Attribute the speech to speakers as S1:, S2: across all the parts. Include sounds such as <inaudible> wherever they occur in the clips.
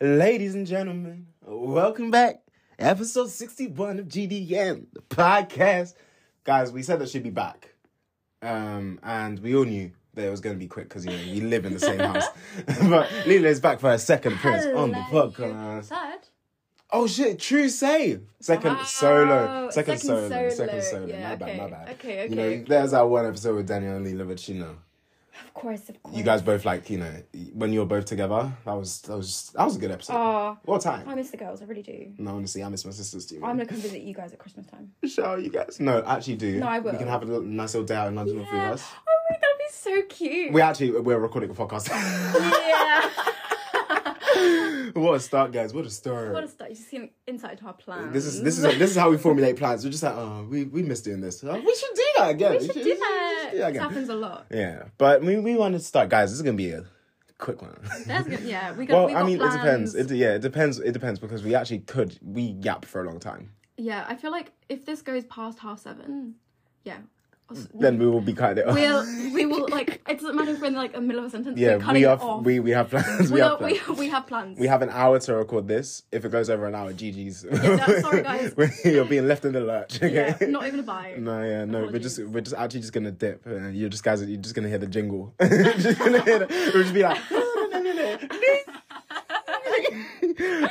S1: Ladies and gentlemen, welcome back. Episode 61 of GDM, the podcast. Guys, we said that she'd be back. Um, and we all knew that it was going to be quick because, you know, we live in the same
S2: <laughs>
S1: house. <laughs> but Lila is back for her second appearance on the
S2: Hello.
S1: podcast.
S2: Third?
S1: Oh shit, true save. Second solo.
S2: Wow,
S1: Second,
S2: second
S1: solo, Second
S2: solo.
S1: solo.
S2: Yeah,
S1: my bad, my
S2: okay,
S1: bad.
S2: okay,
S1: You know,
S2: okay.
S1: there's that one episode with Daniel and Lila, but you know.
S2: Of course, of course.
S1: You guys both like, you know, when you were both together, that was that was that was a good episode.
S2: Aw.
S1: what time?
S2: Ah, I miss the girls, I really do.
S1: No, honestly, I miss my sisters too.
S2: I'm
S1: Man.
S2: gonna come visit you guys at Christmas time.
S1: Shall you guys? No, actually, do.
S2: No, I
S1: We
S2: will.
S1: can have a little, nice little day out in London with you us.
S2: Oh my, that'd be so cute.
S1: We actually we're recording a podcast. <laughs>
S2: yeah.
S1: what a start, guys! What a start.
S2: what a start. You just seem inside our plan.
S1: This is this is this is how we formulate plans. We're just like, oh, we we miss doing this. Oh, we should do that again.
S2: We should
S1: <laughs>
S2: do that.
S1: do
S2: This happens a lot.
S1: Yeah, but we we want to start, guys. This is gonna be a quick <laughs> one.
S2: That's good. Yeah, we got.
S1: Well,
S2: we got
S1: I mean,
S2: plans.
S1: it depends. It, yeah, it depends. It depends because we actually could we yap for a long time.
S2: yeah, I feel like if this goes past half seven, yeah, I'll s-
S1: Mm, Then we will be kind of.
S2: we'll we will like it doesn't matter if we're in like the middle of a sentence.
S1: <laughs>
S2: we're
S1: yeah,
S2: cutting
S1: we
S2: it
S1: have
S2: off.
S1: we we have plans. <laughs> We,
S2: We,
S1: have
S2: are-
S1: plans.
S2: we, we have plans.
S1: We have an hour to record this. If it goes over an hour, GG's.
S2: no,
S1: <laughs>
S2: sorry, guys.
S1: You're being left in the lurch. Okay.
S2: yeah, <laughs> not even a bite.
S1: No, yeah, no. We're just,
S2: Apologies.
S1: we're just actually just gonna dip, and you're just guys, you're just gonna hear the jingle. <laughs> just gonna hear the, we'll just be like, <laughs>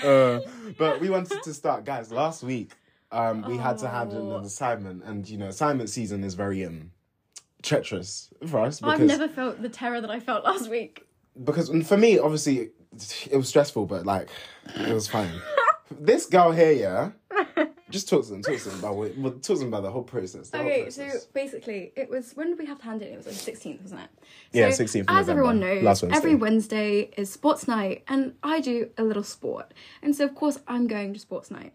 S1: uh, but we wanted to start, guys. Last week, um, we had to handle
S2: Oh.
S1: an assignment, and you know, assignment season is very um treacherous for us because
S2: I've never felt the terror that I felt last week.
S1: Oh, because and for me, obviously, it was stressful, but like, it was
S2: <laughs>
S1: fine. this girl here, yeah, just talk to them, talk to them about what, well, talk to them about the whole process. the whole
S2: Okay, so
S1: process.
S2: basically, it was when did we have to hand it? in? It was on the sixteenth, wasn't it?
S1: Yeah,
S2: So,
S1: 16th of
S2: As everyone
S1: November,
S2: knows,
S1: last Wednesday.
S2: every Wednesday is sports night, and I do a little sport, and so of course I'm going to sports night.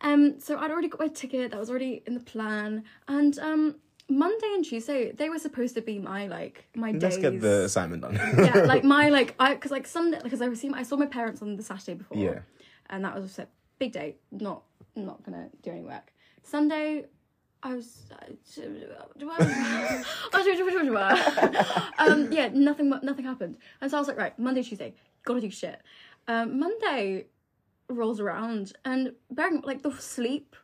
S2: Um, so I'd already got my ticket; that was already in the plan, and um, Monday and Tuesday they were supposed to be my like my days.
S1: let's get the assignment done.
S2: <laughs> yeah, like my like I because like Sunday because I received I saw my parents on the Saturday
S1: <laughs>
S2: before.
S1: Yeah.
S2: And that was a big day. Not not gonna do any work. Sunday, <laughs> I was. um, yeah, nothing nothing happened. And so I was like, right, Monday, Tuesday, gotta do shit. Um, Monday rolls around, and bearing like the sleep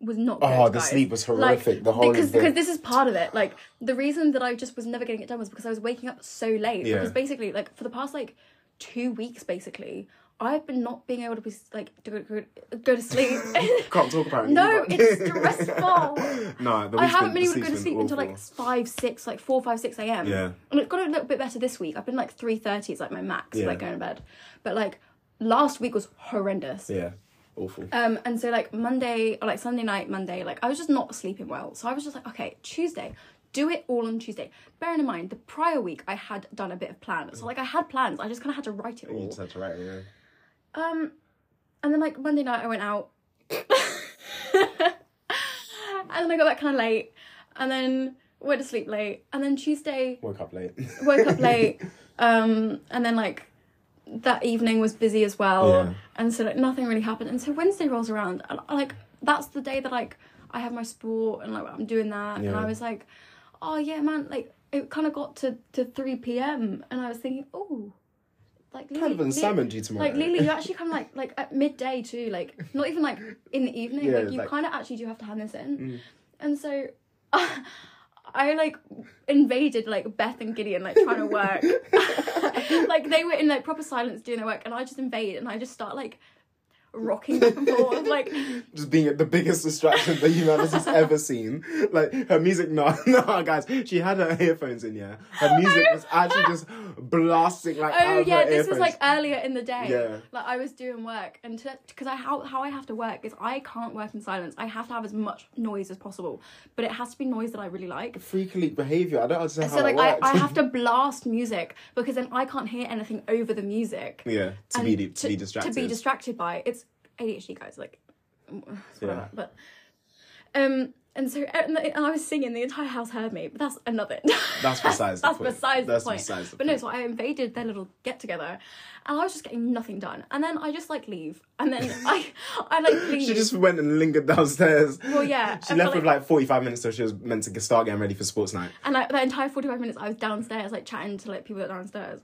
S2: was not.
S1: Oh,
S2: good,
S1: the
S2: guys.
S1: sleep was
S2: Like,
S1: horrific, the whole
S2: because
S1: thing.
S2: because this is part of it. Like the reason that I just was never getting it done was because I was waking up so late.
S1: Yeah.
S2: Because basically, like for the past like two weeks, basically, I've been not being able to be like go, go, go to
S1: <laughs>
S2: sleep. <laughs>
S1: Can't talk about it.
S2: no,
S1: either.
S2: it's
S1: <laughs>
S2: stressful.
S1: no, the
S2: I
S1: week's
S2: haven't been
S1: the sleep's
S2: able to go to
S1: been
S2: sleep until
S1: awful.
S2: like five, six, like four, five, six a.m.
S1: Yeah.
S2: and it got a little bit better this week. I've been like three thirty is like my max,
S1: Yeah.
S2: like going to bed. But like last week was horrendous.
S1: yeah, awful.
S2: Um, and so like Monday or like Sunday night, Monday, like I was just not sleeping well. So I was just like, okay, Tuesday, do it all on Tuesday. Bearing in mind, the prior week I had done a bit of plan. So like I had plans, I just kind of had to write it
S1: you
S2: all.
S1: just had to write it, yeah.
S2: Um, and then like Monday night I went out, <laughs> and then I got back kind of late, and then went to sleep late, and then Tuesday
S1: Woke up late. <laughs>
S2: woke up late um and then like that evening was busy as well
S1: Yeah.
S2: and so like nothing really happened and so wednesday rolls around and like that's the day that like i have my sport and like i'm doing that and
S1: Yeah.
S2: i was like oh yeah man like it kind of got to to 3 p.m and i was thinking oh like
S1: Kind of an assignment due tomorrow.
S2: like Lily,
S1: <laughs>
S2: you actually kind of like like at midday too, like not even like in the evening.
S1: Yeah,
S2: like you
S1: like- Mm.
S2: kind of actually do have to hand this in, and so <laughs> I like invaded like Beth and Gideon like trying to work. <laughs> like they were in like proper silence doing their work, and I just invade and I just start like rocking back and
S1: <laughs>
S2: forth like
S1: just being the biggest distraction that
S2: <laughs>
S1: humanity's ever seen. Like her music, <laughs> no, no, guys, she had her earphones in. Yeah, her music was actually just blasting like. out
S2: oh
S1: of
S2: yeah
S1: her
S2: this was
S1: earphones.
S2: like earlier in the day
S1: Yeah.
S2: like i was doing work and because i how, how i have to work is i can't work in silence i have to have as much noise as possible but it has to be noise that i really like
S1: freakily behavior. I don't understand
S2: so
S1: how
S2: like
S1: that
S2: I,
S1: works.
S2: I have to blast music because then i can't hear anything over the music
S1: <laughs> yeah, to
S2: and
S1: be to, be distracted.
S2: To be distracted by it's ADHD, guys. Like, it's
S1: Yeah.
S2: whatever. But um, and so and, the, and I was singing. The entire house heard me. But that's another. <laughs>
S1: That's besides the
S2: that's
S1: point.
S2: besides
S1: That's
S2: the point.
S1: besides the
S2: but no, so I invaded their little get together, and I was just getting nothing done. And then I just like leave,
S1: <laughs>
S2: and then I I like leave.
S1: she just went and lingered downstairs.
S2: <laughs> well, yeah.
S1: She
S2: and
S1: left
S2: for,
S1: with like 45 minutes so she was meant to get- start getting ready for sports night.
S2: and like that entire 45 minutes I was downstairs like chatting to like people that are downstairs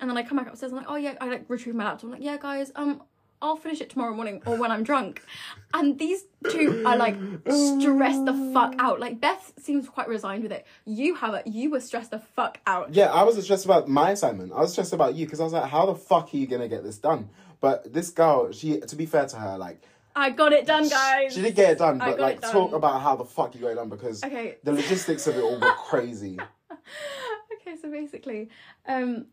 S2: And then I come back upstairs. I'm like, oh yeah, I like retrieve my laptop. I'm like, yeah, guys, um, I'll finish it tomorrow morning or when I'm drunk. And these two are like stressed the fuck out. Like Beth seems quite resigned with it. You have it. You were stressed the fuck out.
S1: Yeah, I was stressed about my assignment. I was stressed about you because I was like, how the fuck are you gonna get this done? But this girl, she to be fair to her, like
S2: I got it done, guys.
S1: she did get it done,
S2: I
S1: but
S2: got
S1: like
S2: it done.
S1: talk about how the fuck you got it done because
S2: Okay.
S1: the logistics of it all were
S2: <laughs>
S1: crazy.
S2: <laughs> okay, so basically, um,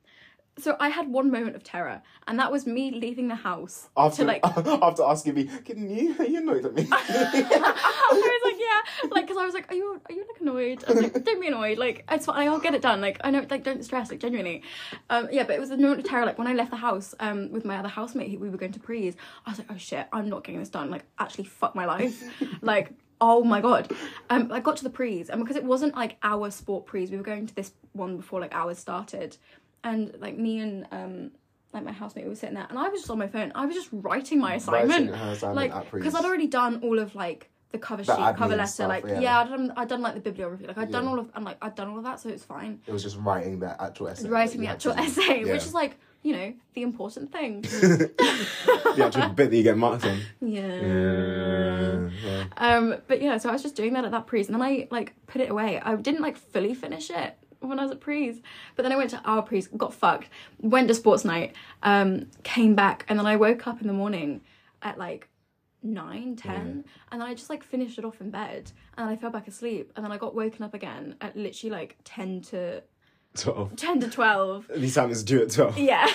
S2: so I had one moment of terror, and that was me leaving the house
S1: <laughs> After
S2: to like.
S1: <laughs> after asking me, can you are you annoyed
S2: <laughs>
S1: at me?
S2: I was like, yeah, like, because I was like, are you, are you like annoyed? I was like, don't be annoyed, like, it's fine, I'll get it done, like, I know, like, don't stress, like, genuinely. Um, yeah, but it was a moment of terror, like, when I left the house, um, with my other housemate, who- we were going to Prees, I was like, oh shit, I'm not getting this done, like, actually, fuck
S1: <laughs>
S2: my life, like, oh my god. Um, I got to the Prees, and because it wasn't like our sport Prees, we were going to this one before like ours started, and like me and um. Like my housemate, we were sitting there, and I was just on my phone. I was just writing my assignment,
S1: her assignment at
S2: like
S1: Prees.
S2: because I'd already done all of like the cover sheet,
S1: admin
S2: cover letter,
S1: stuff,
S2: like
S1: yeah.
S2: yeah, I'd done I'd done like the bibliography, like I'd done all of and like I'd done all of that, so it's fine.
S1: it was just writing that actual essay.
S2: Writing the
S1: that you
S2: actual <laughs>
S1: had to do.
S2: essay,
S1: Yeah.
S2: which is like you know the
S1: <laughs>
S2: important thing.
S1: the actual bit that you get marked
S2: <laughs>
S1: on.
S2: yeah.
S1: Yeah.
S2: Um, but yeah, so I was just doing that at that prees, and then I like put it away. I didn't like fully finish it when I was at prees, but then I went to our prees, got fucked, went to sports night, um, came back, and then I woke up in the morning at like nine, ten, and then I just like finished it off in bed, and then I fell back asleep, and then I got woken up again at literally like ten to
S1: Twelve.
S2: ten to twelve.
S1: These time is due at twelve.
S2: <laughs> Yeah.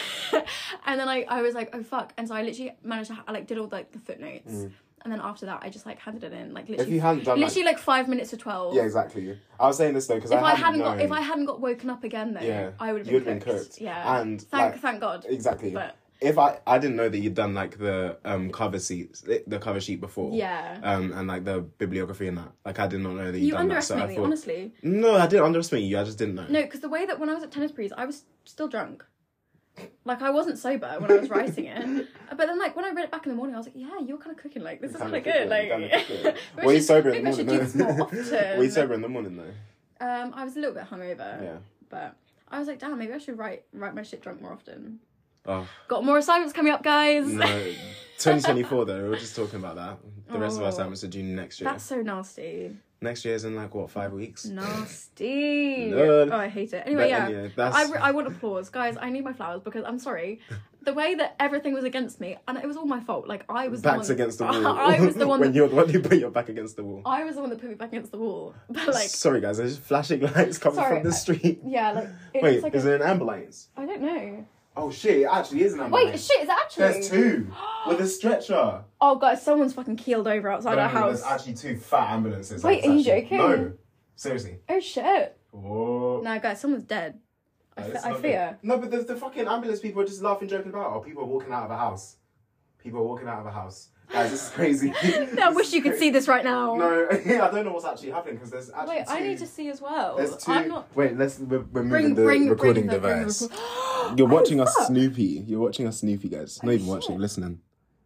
S2: and then I, I was like, oh fuck. And so I literally managed to, ha- I like did all like the footnotes. And then after that, I just like handed it in. Like literally,
S1: you hadn't done, like-
S2: literally like, five minutes to 12.
S1: Yeah, exactly. I was saying this though because
S2: If I, hadn't
S1: known,
S2: got, if I hadn't got woken up again though,
S1: Yeah.
S2: I would have
S1: You'd
S2: been,
S1: have been cooked.
S2: cooked. Yeah.
S1: And,
S2: thank,
S1: like-
S2: thank God.
S1: exactly.
S2: But-
S1: if I I didn't know that you'd done like the um cover sheets the cover sheet before.
S2: Yeah.
S1: Um and like the bibliography and that. Like I did not know that you'd
S2: You
S1: done that. So
S2: underestimate
S1: I
S2: me,
S1: thought
S2: honestly.
S1: No, I didn't underestimate you, I just didn't know.
S2: No, because the way that when I was at tennis prees, I was still drunk. Like I wasn't sober when I was
S1: <laughs>
S2: writing it, but then like when I read it back in the morning, I was like, "Yeah, you're kind of cooking. Like this is kind
S1: Kinda
S2: of good.
S1: cooking,
S2: Like,
S1: kinda
S2: <laughs>
S1: cooking.
S2: we
S1: Were you
S2: should-
S1: sober in the
S2: maybe I should
S1: morning
S2: do this more
S1: though?
S2: often.
S1: <laughs>
S2: Uh,
S1: Were you sober in the morning though?
S2: Um, I was a little bit hungover.
S1: Yeah.
S2: But I was like, damn, maybe I should write write my shit drunk more often.
S1: Oh
S2: Got more assignments coming up, guys. <laughs>
S1: no. Twenty twenty four though, we were just talking about that. The rest of
S2: Oh.
S1: our assignments are due next year.
S2: That's so nasty.
S1: Next year is in like what, five weeks?
S2: Nasty.
S1: Nerd.
S2: Oh, I hate it. Anyway,
S1: But
S2: yeah.
S1: anyway, that's-
S2: I, re- I want applause, guys. I need my flowers because
S1: <laughs>
S2: I'm sorry. The way that everything was against me, and it was all my fault. Like I was
S1: Backs
S2: the one,
S1: against the wall.
S2: <laughs> I was
S1: <laughs>
S2: the one.
S1: when
S2: That,
S1: you're the one who put your back against the wall.
S2: I was the one that put me back against the wall. <laughs> But like,
S1: Sorry guys, there's flashing lights coming
S2: Sorry,
S1: from the
S2: I-
S1: street.
S2: yeah, like it
S1: Wait,
S2: looks like
S1: is
S2: a,
S1: it an ambulance?
S2: I don't know.
S1: Oh shit, it actually is an ambulance.
S2: Wait, shit, is it actually?
S1: There's two <gasps> with a stretcher.
S2: Oh, guys, someone's fucking keeled over outside our
S1: No,
S2: house.
S1: There's actually two fat ambulances.
S2: Wait,
S1: It's
S2: are you
S1: actually-
S2: joking?
S1: No, seriously.
S2: Oh shit.
S1: Whoa.
S2: No, guys, someone's dead. I,
S1: No,
S2: fe-
S1: this is
S2: I
S1: not
S2: fear.
S1: good. No, but the, the fucking ambulance people are just laughing, joking about. Oh, people are walking out of a house. People are walking out of a house. Guys, <laughs> this is
S2: <laughs>
S1: crazy.
S2: I wish you could see this right
S1: <laughs>
S2: now.
S1: No, <laughs> I don't know what's actually happening because there's actually
S2: Wait,
S1: two.
S2: I need to see as well.
S1: There's 2
S2: I'm not.
S1: Wait, let's. We're, we're moving
S2: Bring,
S1: the
S2: bring,
S1: recording
S2: bring the- bring the
S1: device. <gasps>
S2: record- <gasps>
S1: You're watching
S2: Oh,
S1: us
S2: fuck.
S1: Snoopy. You're watching us Snoopy, guys. Not even
S2: shit.
S1: watching, listening.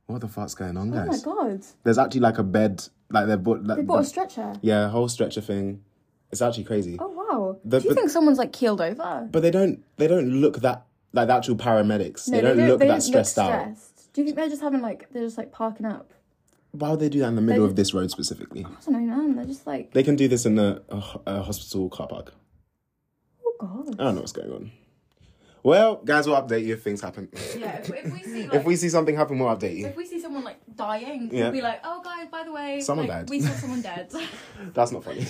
S1: What the fuck's going on, guys?
S2: Oh my god.
S1: There's actually like a bed, like they've bought, like,
S2: They bought a stretcher.
S1: yeah, a whole stretcher thing. It's actually crazy.
S2: Oh wow.
S1: The-
S2: Do you
S1: but-
S2: think someone's like keeled over?
S1: But they don't, they don't look that like the actual paramedics. they, don't look that stressed, out.
S2: out. Do you think they're just having like they're just like parking up?
S1: Why would they do that in the middle of this road specifically?
S2: I don't know, man. They're just like
S1: They can do this in a, a, ho- a uh, hospital car park.
S2: oh god.
S1: I don't know what's going on. Well, guys, we'll update you if things happen.
S2: <laughs> Yeah. If, if we see
S1: <laughs>
S2: like
S1: if we see something happen, we'll update you.
S2: see someone like dying,
S1: Yeah.
S2: we'll be like, oh guys, by the way,
S1: Someone
S2: like,
S1: died.
S2: we saw
S1: <laughs>
S2: someone dead.
S1: That's not funny.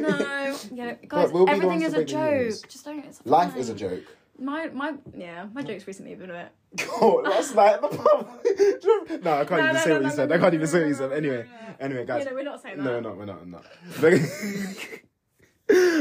S1: <laughs>
S2: no, yeah, guys,
S1: we'll be the
S2: everything
S1: ones
S2: is
S1: to
S2: a
S1: break the news.
S2: joke. Just don't. It's
S1: Life
S2: fine.
S1: is a joke.
S2: My my yeah, my jokes recently have been a bit.
S1: Oh, last night at the pub. <laughs> Do you remember- no, I can't
S2: No,
S1: even
S2: no,
S1: say
S2: no,
S1: what
S2: no,
S1: you said.
S2: no,
S1: I can't
S2: no,
S1: even
S2: no,
S1: say what
S2: no,
S1: you
S2: no,
S1: said.
S2: no,
S1: Anyway, anyway, guys.
S2: You know, we're not saying that.
S1: No, no, we're not. We're not.
S2: <laughs>
S1: But-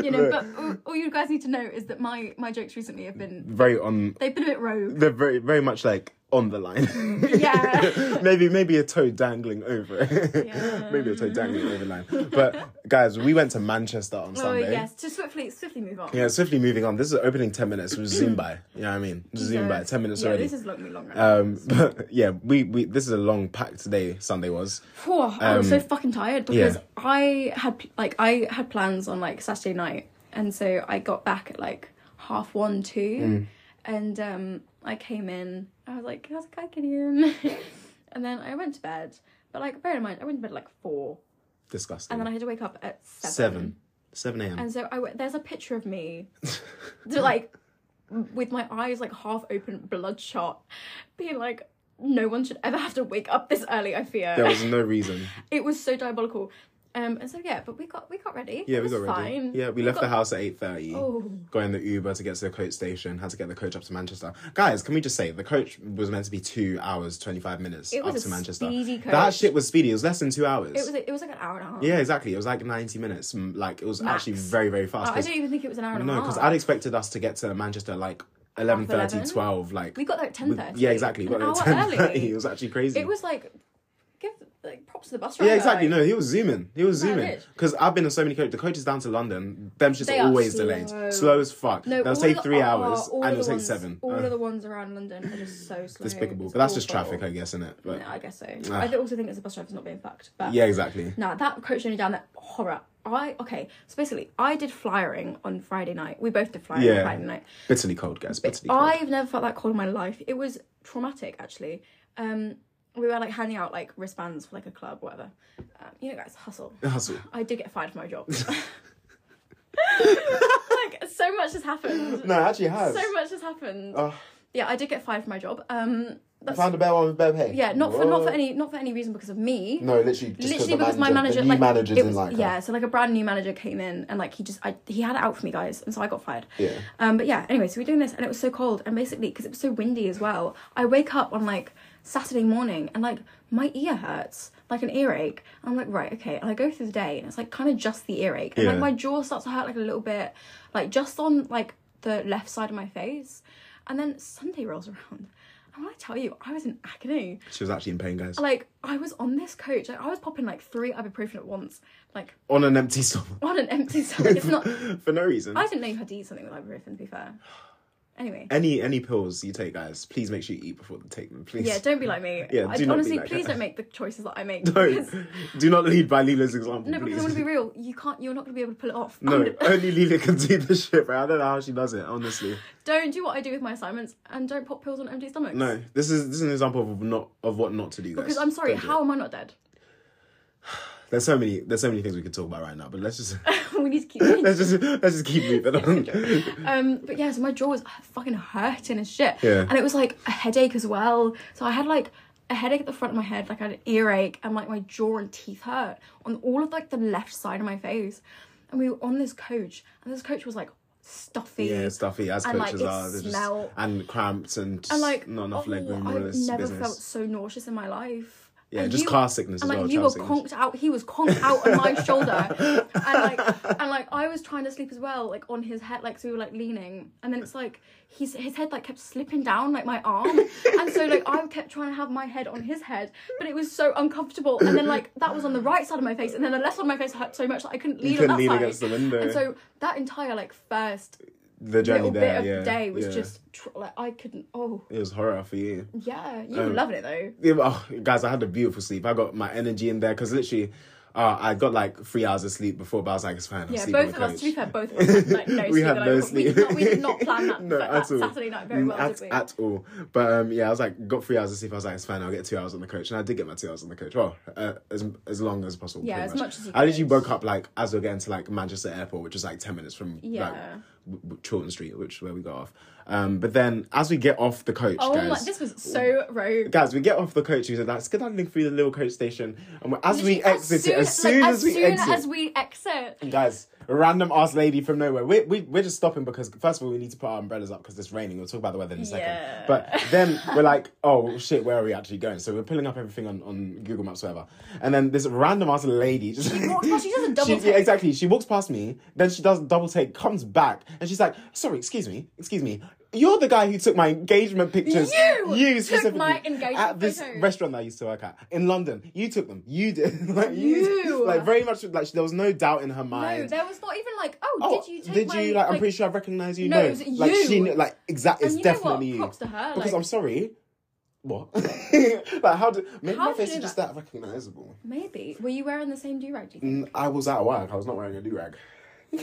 S2: you know,
S1: Look,
S2: but all, all you guys need to know is that my my jokes recently have been
S1: very on.
S2: they've been a
S1: <laughs>
S2: bit rogue.
S1: They're very, very much like on the line. <laughs>
S2: Yeah. <laughs>
S1: maybe, maybe a toe dangling over. it. <laughs>
S2: Yeah.
S1: maybe a toe dangling over the line. But guys, we went to Manchester on
S2: Oh
S1: Sunday.
S2: yes, to swiftly swiftly move on.
S1: Yeah, swiftly moving on. This is opening ten minutes. We zoom by. You know what I mean? Zoom by. Ten minutes
S2: yeah,
S1: already.
S2: This is long, long. right?
S1: um, <laughs> but yeah, we, we this is a long packed day. Sunday was.
S2: Phew, I
S1: um,
S2: was so fucking tired because I had like I had
S1: Mm.
S2: plans on like Saturday night, and so I got back at like half one two, and um, I came in. I was like, "How's it going, Gideon?" <laughs> and then I went to bed. But like, bear in mind, I went to bed at like four,
S1: Disgusting.
S2: and then I had to wake up at seven.
S1: Mm. Seven. 7 a.m.
S2: And so I went, there's a picture of me, <laughs> to, like, with my eyes like half open, bloodshot, being like, "No one should ever have to wake up this early." I fear
S1: there was no reason.
S2: it was so diabolical. Um, and so yeah, but we got we got ready.
S1: Yeah, we
S2: It was
S1: got ready.
S2: Fine.
S1: Yeah, we left the house at 8.30.
S2: Oh.
S1: Got in the Uber to get to the coach station. Had to get the coach up to Manchester. Guys, can we just say, the coach was meant to be 2 hours, 25 minutes
S2: It was
S1: up
S2: a
S1: to Manchester.
S2: speedy
S1: That
S2: coach.
S1: shit was speedy. It was less than two hours.
S2: It was it was like an hour and a half.
S1: yeah, exactly. It was like 90 minutes. Mm, Like, it was actually
S2: Max. Oh,
S1: very, very fast.
S2: I
S1: 'cause-
S2: don't even think it was an hour and
S1: no,
S2: a half.
S1: because I'd expected us to get to Manchester like 11.30,
S2: 11?
S1: 12. Like,
S2: we got there at ten thirty.
S1: yeah, exactly.
S2: An
S1: Got there
S2: hour
S1: at 10:30.
S2: early.
S1: <laughs> It was actually crazy.
S2: It was like give like props to the bus driver.
S1: Yeah, exactly.
S2: like,
S1: No, he was zooming. He was
S2: No, I
S1: zooming
S2: did.
S1: because I've been in so many coaches. The coaches down to London, them just
S2: They are
S1: always
S2: slow.
S1: delayed, slow as fuck.
S2: No,
S1: They'll
S2: all
S1: take
S2: of the-
S1: three
S2: oh,
S1: hours
S2: all
S1: and
S2: of the
S1: it'll take
S2: ones-
S1: seven.
S2: All
S1: Uh,
S2: of the ones around London are just so slow.
S1: despicable,
S2: It's
S1: but that's just
S2: awful.
S1: traffic, I guess, isn't it? But,
S2: No, I guess so.
S1: Ah.
S2: I also think it's the bus driver's not being fucked. But
S1: yeah, exactly.
S2: Nah, that coach journey down that horror. I okay. So basically, I did flyering on Friday night. We both did flyering
S1: Yeah.
S2: on Friday night.
S1: Bitterly cold, guys. Bitterly cold.
S2: I've never felt that cold in my life. It was traumatic, actually. Um, we were like handing out like wristbands for like a club, whatever. Um, you know, guys, hustle.
S1: Hustle.
S2: I did get fired from
S1: <laughs>
S2: my job. <laughs> like so much has happened.
S1: No, it actually has.
S2: So much has happened.
S1: Ugh.
S2: Yeah, I did get fired from my job. Um, that's,
S1: Found a better one with better pay.
S2: yeah, not for not
S1: Whoa.
S2: for any not for any reason because of me
S1: No, literally, just
S2: literally because
S1: because the
S2: my manager,
S1: the new
S2: like,
S1: manager
S2: it
S1: didn't
S2: was-
S1: like her.
S2: yeah so like a brand new manager came in and like he just I, he had it out for me guys and so i got fired
S1: Yeah.
S2: um but yeah anyway so we're doing this and it was so cold and basically because it was so windy as well i wake up on like saturday morning and like my ear hurts like an earache i'm like right okay and i go through the day and it's like kind of just the earache and
S1: Yeah.
S2: like my jaw starts to hurt like a little bit like just on like the left side of my face and then sunday rolls around and when i tell you i was in agony
S1: She was actually in pain, guys.
S2: like I was on this coach, like I was popping like three ibuprofen at once, like
S1: On an empty <laughs> stomach.
S2: on an empty <laughs> stomach. It's not.
S1: for no reason.
S2: I didn't know you had to eat something with ibuprofen. To be fair. Anyway,
S1: Any any pills you take, guys, please make sure you eat before you take them. Please.
S2: yeah, don't be like me.
S1: Yeah,
S2: I,
S1: do not be
S2: honestly,
S1: like
S2: please
S1: that.
S2: don't make the choices that I make.
S1: <laughs> Don't.
S2: because-
S1: Do not lead by Leela's example,
S2: no,
S1: please.
S2: because I want to be real. You can't. You're not going to be able to pull it off. I'm
S1: No,
S2: gonna-
S1: only Leela can do this shit, bro. I don't know how she does it, honestly.
S2: don't do what I do with my assignments and don't pop pills on empty stomachs.
S1: No, this is this is an example of not of what not to do, guys.
S2: Because I'm sorry,
S1: Don't do
S2: how
S1: it.
S2: am I not dead? <laughs>
S1: There's so many there's so many things we could talk about right now, but let's just <laughs>
S2: we need to keep.
S1: let's just let's just keep
S2: <laughs>
S1: moving on.
S2: Um, but yeah, so my jaw was fucking hurting and shit.
S1: Yeah.
S2: And it was like a headache as well. So I had like a headache at the front of my head, like I had an earache, and like my jaw and teeth hurt on all of like the left side of my face. And we were on this coach, and this coach was like stuffy.
S1: Yeah, stuffy as
S2: And, like,
S1: coaches
S2: it
S1: are. they're
S2: smell-
S1: Just, and cramped and, just
S2: And like
S1: not enough
S2: oh,
S1: leg room. all
S2: I've
S1: this
S2: never
S1: business.
S2: felt so nauseous in my life.
S1: yeah,
S2: And
S1: just
S2: you-
S1: car sickness as
S2: and like
S1: well.
S2: you were
S1: child sickness.
S2: conked out he was conked out on my shoulder
S1: <laughs>
S2: and like and like i was trying to sleep as well like on his head like so we were like leaning and then it's like his his head like kept slipping down like my arm and so like i kept trying to have my head on his head but it was so uncomfortable and then like that was on the right side of my face and then the left side of my face hurt so much that i couldn't lean
S1: couldn't
S2: on that
S1: lean
S2: side
S1: against the window.
S2: and so that entire like first
S1: the journey
S2: little
S1: there,
S2: bit of
S1: yeah,
S2: the day was
S1: yeah.
S2: just tr- like i couldn't oh
S1: it was horror for you.
S2: yeah you
S1: Oh.
S2: were loving it though
S1: Yeah, but, oh, guys, I had a beautiful sleep. I got my energy in there because literally, uh, I got like three hours of sleep before, but I was like, it's fine. I'm
S2: Yeah,
S1: sleeping
S2: both
S1: with
S2: of
S1: the
S2: us, to be
S1: coach.
S2: fair, both of us had
S1: <laughs>
S2: like, no
S1: We
S2: sleep.
S1: had
S2: like,
S1: no
S2: we- We
S1: sleep.
S2: did, not, we did not plan
S1: <laughs>
S2: that,
S1: No,
S2: that,
S1: at all. Mm,
S2: Saturday night very well,
S1: at,
S2: did we?
S1: at all. But um, yeah, I was like, got three hours of sleep. I was like, it's fine. I'll get two hours on the coach, and I did get my two hours on the coach. Well, uh, as as long as possible.
S2: Yeah,
S1: pretty
S2: as much as you
S1: I literally
S2: could.
S1: woke up like as we we're getting to like Manchester Airport, which is like ten minutes from like
S2: Yeah.
S1: w- w- Chawton Street, which is where we got off. Um, but then as we get off the coach,
S2: oh
S1: guys,
S2: my, this was so rogue.
S1: Guys, we get off the coach. We said, "Let's get that link through the little coach station." And we- as we
S2: Literally,
S1: exit it, as soon
S2: like,
S1: as we
S2: soon
S1: exit,
S2: as we exit,
S1: guys, random ass lady from nowhere. We we we're just stopping because first of all we need to put our umbrellas up because it's raining. We'll talk about the weather in a
S2: Yeah.
S1: second. But then we're like, oh shit, where are we actually going? So we're pulling up everything on, on Google Maps, whatever. And then this random ass lady just
S2: walks past- she does a double
S1: <laughs> She- yeah,
S2: take.
S1: exactly. She walks past me, then she does a double take, comes back, and she's like, sorry, excuse me, excuse me. You're the guy who took my engagement pictures.
S2: You
S1: you
S2: took
S1: specifically
S2: my engagement
S1: at this
S2: photos.
S1: restaurant that I used to work at in London. You took them. You did. <laughs> like you,
S2: You.
S1: like very much like there was no doubt in her mind.
S2: no, there was not even like, oh,
S1: Oh,
S2: did you take
S1: did
S2: my,
S1: you like, I'm pretty sure I recognize you.
S2: No,
S1: No,
S2: it was
S1: like
S2: you.
S1: she, kn- like exact. It's
S2: you know what?
S1: definitely you.
S2: Props to her,
S1: because
S2: like-
S1: I'm sorry. What?
S2: <laughs>
S1: <laughs> like how do? Maybe
S2: How
S1: my
S2: do
S1: face
S2: you
S1: is
S2: know
S1: just that recognizable.
S2: maybe were you wearing the same do rag? Do you think?
S1: Mm, I was out of work. <laughs> I was not wearing a do rag.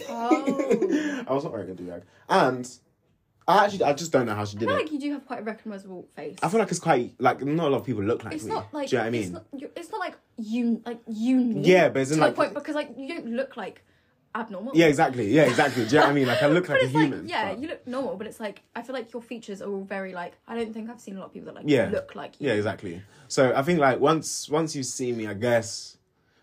S2: Oh,
S1: I was not wearing a do rag, and I actually, I just don't know how she
S2: I
S1: did
S2: feel
S1: it.
S2: like you do have quite a recognizable face.
S1: I feel like it's quite like not a lot of people look like
S2: it's
S1: me.
S2: not like
S1: Do you know what I mean?
S2: It's not, you- it's not like you like unique.
S1: Yeah, but it's
S2: to
S1: in,
S2: the
S1: like-
S2: point because like you don't look like abnormal.
S1: yeah, exactly. Yeah, exactly. Do you know what I mean? Like I look
S2: <laughs> But
S1: like a
S2: it's like
S1: human.
S2: yeah,
S1: but-
S2: you look normal, but it's like I feel like your features are all very like I don't think I've seen a lot of people that like
S1: Yeah.
S2: look like you.
S1: Yeah, exactly. So I think like once once you see me, I guess,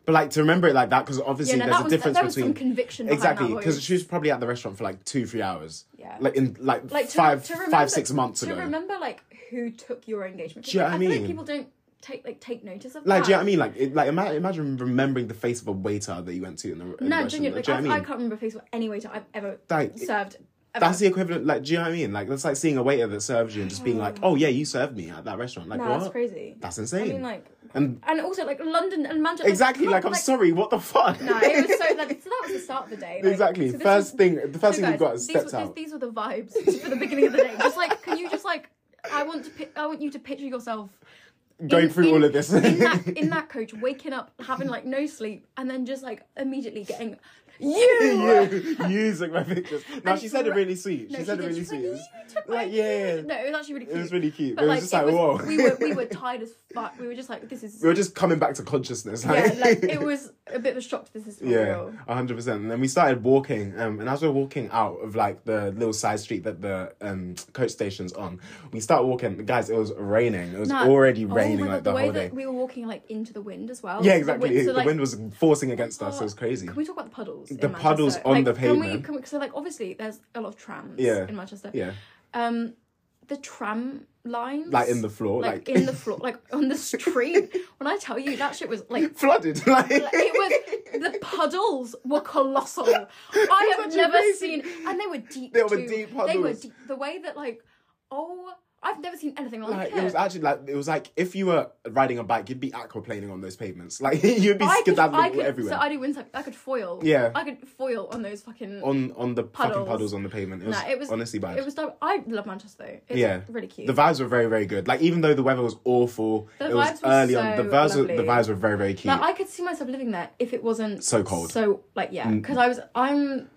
S1: but like to remember it like that because
S2: Yeah,
S1: obviously
S2: no,
S1: there's
S2: that
S1: a
S2: was
S1: difference
S2: there was
S1: between
S2: some conviction. behind that
S1: exactly
S2: voice.
S1: because she was probably at the restaurant for like two three hours.
S2: Yeah.
S1: Like in like,
S2: like to,
S1: five
S2: to remember,
S1: five six months ago.
S2: To remember like who took your engagement.
S1: Do you know
S2: picture.
S1: what I
S2: feel
S1: mean?
S2: like people don't take like take notice
S1: like,
S2: of that.
S1: do you know what I mean? Like, it, like ima- imagine remembering the face of a waiter that you went to in the in the
S2: No,
S1: restaurant.
S2: genuinely, like,
S1: do you know
S2: I,
S1: what I
S2: I
S1: mean?
S2: can't remember Facebook any waiter I've ever
S1: Like, it-
S2: served. Ever.
S1: That's the equivalent. Like, do you know what I mean? Like, that's like seeing a waiter that serves you and just being like, "Oh yeah, you served me at that restaurant." Like,
S2: no,
S1: what?
S2: that's crazy.
S1: That's
S2: I
S1: insane.
S2: mean, like,
S1: and
S2: and also like London and Manchester.
S1: exactly.
S2: come
S1: Like,
S2: on,
S1: I'm sorry. What the fuck?
S2: No,
S1: <laughs>
S2: it was so like so that was the start of the day. like,
S1: exactly.
S2: so this
S1: first
S2: was-
S1: thing, the first thing
S2: guys,
S1: we've got is
S2: these were-
S1: stepped
S2: these,
S1: out.
S2: These were the vibes <laughs> for the beginning of the day. Just like, can you just like, I want to, pi- I want you to picture yourself
S1: Going
S2: in-
S1: through
S2: in-
S1: all of this.
S2: in that
S1: <laughs>
S2: in that coach, waking up, having like no sleep, and then just like immediately
S1: <laughs>
S2: getting you.
S1: you using my
S2: <laughs>
S1: pictures. Now
S2: And
S1: she said it
S2: re-
S1: really sweet.
S2: No,
S1: she said
S2: did.
S1: it really
S2: She's
S1: sweet. It was-
S2: Like, "You took my
S1: like, yeah, yeah.
S2: No, it was actually really
S1: It
S2: cute.
S1: was really cute.
S2: But
S1: it was
S2: like,
S1: just like,
S2: it was,
S1: whoa.
S2: we were
S1: <laughs>
S2: we were tired as fuck. We were just like, this is
S1: We were just coming back to consciousness.
S2: yeah. Like it was a bit of a shock. to This is
S1: <laughs>
S2: for
S1: Yeah,
S2: real.
S1: a hundred percent. And then we started walking, um, and as we're walking out of like the little side street that the um coach station's on, we start walking. Guys, it was raining. It was
S2: No,
S1: already
S2: oh my
S1: raining
S2: God,
S1: like the,
S2: way
S1: whole day.
S2: that We were walking like into the wind as well.
S1: yeah,
S2: The
S1: exactly.
S2: wind- so,
S1: the
S2: like,
S1: wind was forcing against us. It was crazy.
S2: Can we talk about the puddles?
S1: The
S2: in
S1: puddles
S2: Manchester?
S1: on
S2: like,
S1: the
S2: Can we,
S1: pavement.
S2: can we, so like obviously there's a lot of trams
S1: Yeah.
S2: in Manchester.
S1: yeah,
S2: Um, the tram lines.
S1: like in the floor,
S2: like,
S1: like,
S2: in
S1: <laughs>
S2: the floor, like on the street. when I tell you that shit was like.
S1: flooded. <laughs> Like,
S2: It was the puddles were colossal. I have
S1: That's
S2: never
S1: amazing.
S2: seen, and they were deep.
S1: They were
S2: too.
S1: deep
S2: They were
S1: puddles.
S2: deep. The way that like, oh, I've never seen anything like,
S1: Like,
S2: it.
S1: it was actually like it was like if you were riding a bike, you'd be aquaplaning on those pavements. <laughs> Like you'd be
S2: I could,
S1: skedaddling
S2: I could,
S1: everywhere
S2: So I do windsurf. I could foil.
S1: Yeah.
S2: I could foil on those fucking.
S1: on on the fucking
S2: Puddles.
S1: puddles on the pavement. It was,
S2: no, it was
S1: honestly bad.
S2: It was. dope. I love Manchester though. It's
S1: Yeah.
S2: really cute.
S1: the vibes were very very good. Like even though the weather was awful,
S2: The
S1: it was
S2: vibes were
S1: early
S2: so
S1: on. The vibes were, the
S2: lovely.
S1: vibes were very very cute.
S2: like I could see myself living there if it wasn't
S1: So cold. Mm.
S2: So like yeah, because I was I'm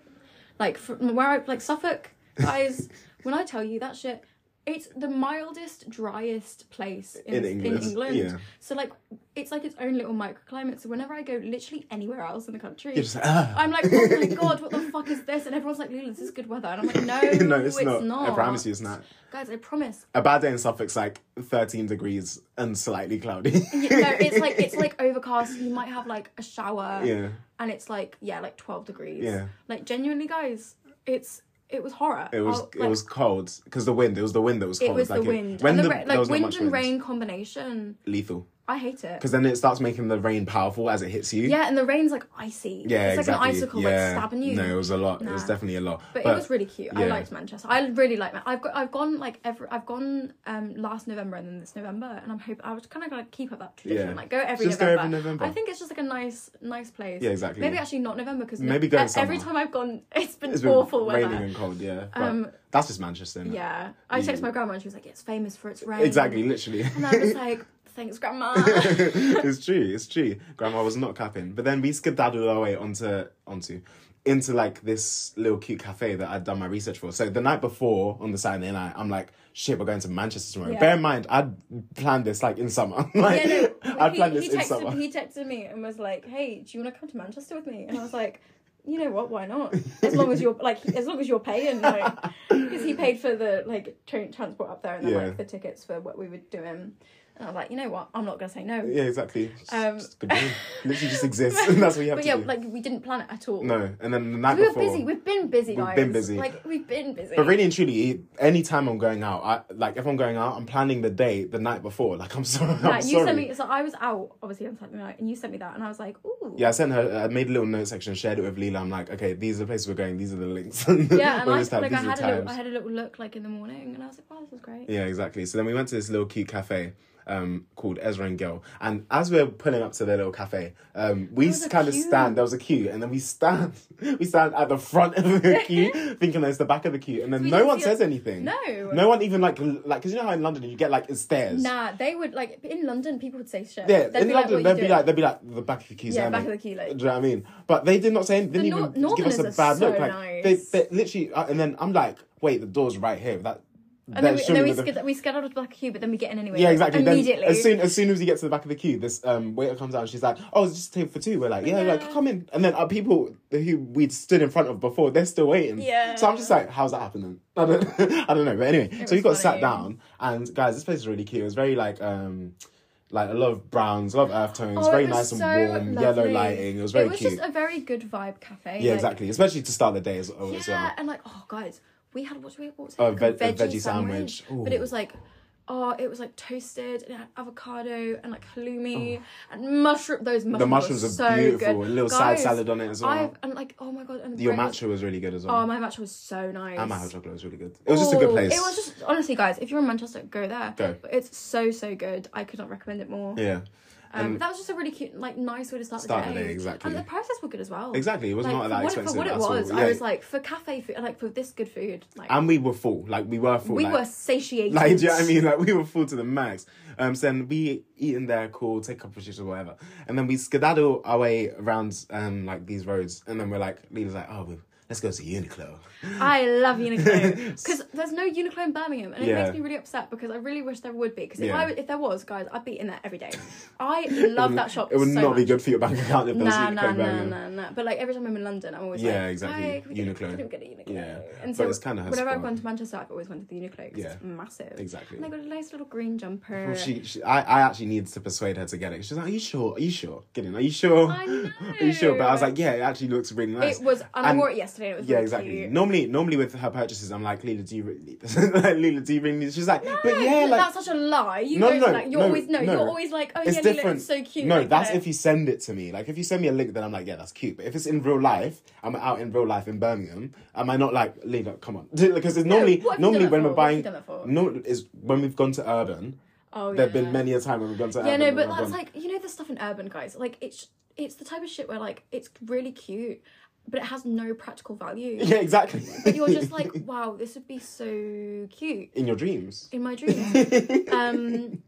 S2: like from where I like Suffolk
S1: <laughs>
S2: guys. when I tell you that shit, it's the mildest, driest place in
S1: In
S2: in England.
S1: England, yeah.
S2: So like it's like its own little microclimate. So whenever I go, literally anywhere else in the country,
S1: You're just like, "Ah." <laughs>
S2: I'm like, oh my god, what the fuck is this? And everyone's like, Lulu, this is good weather. And I'm like,
S1: <laughs>
S2: no,
S1: no, it's, not. I promise you, it's not.
S2: Guys, I promise.
S1: A bad day in Suffolk's like 13 degrees and slightly cloudy.
S2: You know, it's like it's like overcast. You might have like a shower.
S1: yeah,
S2: And it's like yeah, like twelve degrees.
S1: Yeah.
S2: Like genuinely, guys, it's it was horror.
S1: <laughs> it was it was cold because the wind. It was the wind that was cold.
S2: Oh, it was
S1: like
S2: the wind.
S1: when
S2: and the,
S1: the,
S2: ra-
S1: there
S2: like
S1: was not
S2: wind
S1: much
S2: and rain combination.
S1: lethal
S2: I hate it.
S1: because then it starts making the rain powerful as it hits you.
S2: Yeah, and the rain's like icy.
S1: Yeah,
S2: it's like
S1: exactly.
S2: an icicle
S1: yeah.
S2: like stabbing you.
S1: No, it was a lot. It was
S2: Nah.
S1: definitely a lot.
S2: But, it was really cute. I
S1: yeah.
S2: liked Manchester. I really like. Man- I've got. I've gone like every. I've gone um last November and then this November, and I'm hoping I was kind of gonna keep up that tradition.
S1: Yeah.
S2: Like go every
S1: Just go
S2: November.
S1: every November.
S2: I think it's just like a nice, nice place.
S1: Yeah, exactly.
S2: Maybe actually not November because
S1: Maybe go in
S2: every
S1: summer.
S2: time I've gone, <laughs> it's been
S1: It's been
S2: awful
S1: raining
S2: weather.
S1: and cold. Yeah, but
S2: Um,
S1: that's just Manchester. Isn't it?
S2: Yeah, I
S1: You-
S2: texted my grandma and she was like, "It's famous for its rain."
S1: Exactly, literally.
S2: And I
S1: <laughs>
S2: was like, "Thanks, grandma."
S1: it's true. It's true. Grandma was not capping. But then we skedaddled our way onto onto into like this little cute cafe that I'd done my research for. So the night before on the Saturday night, I'm like, shit, we're going to Manchester tomorrow.
S2: Yeah.
S1: Bear in mind, I'd planned this like in summer. <laughs> like
S2: Yeah, no,
S1: I
S2: he-
S1: planned this
S2: he
S1: in
S2: texted,
S1: summer.
S2: He texted me and was like, "Hey, do you want to come to Manchester with me?" And I was like, "You know what? Why not? As long
S1: <laughs>
S2: as you're like, as long as you're paying, like, because he paid for the like train transport up there and then
S1: Yeah.
S2: like the tickets for what we were doing." And I was like, "You know what? I'm not gonna say no."
S1: yeah, exactly. Just,
S2: Um,
S1: just good dream. Literally just exists. <laughs> and <laughs> that's what you have
S2: <laughs> but
S1: to
S2: yeah,
S1: do.
S2: like we didn't plan it at all.
S1: no, and then the night
S2: We were
S1: before.
S2: busy. We've been busy, guys.
S1: been busy.
S2: Like we've been busy.
S1: But really and truly, any time I'm going out, I like if I'm going out, I'm planning the day the night before. Like I'm <laughs> sorry, I'm
S2: Right, you
S1: sorry.
S2: sent me. So I was out obviously on Saturday night, and you sent me that, and I was like, "Ooh,
S1: Yeah, I sent her. I made a little note section, shared it with Leela. I'm like, okay, these are the places we're going. These are the links. <laughs>
S2: Yeah, and
S1: All
S2: I,
S1: this time,
S2: like, I
S1: these are
S2: had
S1: the
S2: a little,
S1: times.
S2: I had a little look like in the morning, and I was like, "Wow, this is great."
S1: Yeah, exactly. So then we went to this little cute cafe um, called Ezra and Gil. And as we are pulling up to the little cafe, um, we
S2: was a
S1: kind of
S2: queue.
S1: stand. There was a queue, and then we stand. <laughs> We stand at the front of
S2: <laughs>
S1: the queue, thinking that it's the back of the queue, and then
S2: We
S1: no
S2: didn't
S1: one
S2: see
S1: says
S2: it.
S1: anything.
S2: No.
S1: No one even like l- like because you know how in London you get like it's stairs.
S2: Nah, they would like in London. People would say shit.
S1: Yeah,
S2: They'd
S1: in London,
S2: be like, what
S1: they'd
S2: you
S1: be like, they'd be like the back of the queue.
S2: Yeah,
S1: stand,
S2: back
S1: like,
S2: of the queue, like-
S1: do you know what I mean? But they did not say, anything. didn't
S2: The Nor-
S1: even give us a
S2: Northerners are
S1: bad look.
S2: so
S1: Like
S2: nice.
S1: they, they literally, uh, and then I'm like, wait, the door's right here. That
S2: And then
S1: that
S2: we,
S1: surely
S2: then we,
S1: would have-
S2: skid, we scared out of the black queue, but then we get in anyway.
S1: yeah, exactly. Then
S2: Immediately.
S1: as soon as soon as you get to the back of the queue, this um waiter comes out and she's like, "Oh, it's just a table for two. We're like, "Yeah, like come in." And then our people who we'd stood in front of before, they're still waiting.
S2: Yeah.
S1: So I'm just like, "How's that happening?" <laughs> I don't, I don't know. But anyway, so we got
S2: was funny.
S1: sat down, and guys, this place is really cute. It was very like um. Like a lot of browns, a lot of earth tones,
S2: Oh, it
S1: very
S2: was
S1: nice and
S2: so
S1: warm, yellow
S2: lovely.
S1: lighting. It was very
S2: It was
S1: cute.
S2: just a very good vibe cafe.
S1: yeah,
S2: like-
S1: exactly. Especially to start the day as, oh, as well.
S2: Yeah, and like, oh, guys, we had what? we what was it?
S1: A
S2: Like
S1: veg- a veggie sandwich.
S2: But
S1: Ooh.
S2: it was like, oh, it was like toasted and it had avocado and like halloumi and mushroom. Those mushrooms
S1: Oh. The mushrooms
S2: were
S1: are
S2: so
S1: beautiful.
S2: good.
S1: A little side
S2: Guys,
S1: salad on it as well.
S2: I've, and like, oh my god, and the
S1: Your
S2: bread was-
S1: matcha was really good as well.
S2: Oh, my matcha was so nice.
S1: and my hot chocolate was really good. It was just a good
S2: Oh,
S1: place.
S2: It was just honestly, guys. If you're in Manchester, go there.
S1: Go.
S2: It's so so good. I could not recommend it more.
S1: yeah.
S2: Um, that was just a really cute, like, nice way to start,
S1: Start
S2: the
S1: the
S2: day.
S1: day, exactly.
S2: And the prices were good as well.
S1: Exactly, it was
S2: Like,
S1: not
S2: for
S1: that
S2: what it-
S1: expensive
S2: For what it
S1: at all,
S2: was,
S1: yeah.
S2: I was like, for cafe food, like for this good food, like
S1: and we were full. Like we were full.
S2: we
S1: like, <laughs>
S2: were satiated.
S1: Like, do you know what I mean? Like, we were full to the max. Um, so then we eat in there, cool, take a couple of pictures or whatever. And then we skedaddle our way around, um, like these roads. And then we're like, Leela's like, oh, we let's go to Uniqlo.
S2: I
S1: <laughs>
S2: love Uniqlo because there's no Uniqlo in Birmingham, and it
S1: Yeah.
S2: makes me really upset because I really wish there would be. Because if,
S1: Yeah.
S2: I if there was, guys, I'd be in there
S1: <laughs>
S2: every day. I love that shop.
S1: It would
S2: so
S1: not be
S2: much.
S1: good for your bank account if there was
S2: Nah,
S1: Uniqlo
S2: nah,
S1: in
S2: nah,
S1: Birmingham.
S2: nah, nah. But like every time I'm in London, I'm always
S1: Yeah,
S2: like,
S1: exactly.
S2: "Why could we get-
S1: Uniqlo.
S2: Couldn't get a Uniqlo.
S1: Yeah.
S2: And
S1: But
S2: so
S1: it's kinda her
S2: whenever I've
S1: spot.
S2: gone to Manchester, I've always gone to the Uniqlo because
S1: Yeah.
S2: it's massive.
S1: Exactly.
S2: And they got a nice little green jumper.
S1: Well, she, she I, I actually needed to persuade her to get it. She's like, Are you sure? Are you sure? Get in. Are you sure?
S2: <laughs> I
S1: <laughs> Are you sure? But I was
S2: know.
S1: like, Yeah, it actually looks really nice.
S2: it was. And I
S1: And-
S2: wore it yesterday. And it was
S1: Yeah,
S2: really
S1: exactly.
S2: Cute.
S1: Normally, normally with her purchases, I'm like, Leela, do you really <laughs> need this? like, Leela, do you really need this? She's like, but
S2: No,
S1: yeah,
S2: but
S1: like,
S2: that's such a lie. You
S1: No,
S2: go
S1: no,
S2: to like you're
S1: no,
S2: always no,
S1: no.
S2: you're always like, oh
S1: it's
S2: yeah, Lila,
S1: different.
S2: it's so cute.
S1: No,
S2: like,
S1: that's
S2: that.
S1: if you send it to me. Like if you send me a link, then I'm like, yeah, that's cute. But if it's in real life, I'm out in real life in Birmingham. Am I not like, Lila, come on? <laughs> Because it's normally
S2: what have
S1: normally
S2: you done that
S1: when
S2: for?
S1: we're
S2: What have
S1: buying,
S2: you done that for?
S1: no, is when we've gone to urban.
S2: Oh yeah.
S1: There've been many a time when we've gone to
S2: Yeah,
S1: urban.
S2: no,
S1: and
S2: but
S1: I've
S2: that's
S1: gone-
S2: like you know the stuff in urban guys. Like it's it's the type of shit where like it's really cute, but it has no practical value.
S1: <laughs> yeah, exactly.
S2: But you're just like, wow, this would be so
S1: <laughs>
S2: cute
S1: in your dreams. <laughs>
S2: in my dreams. Um,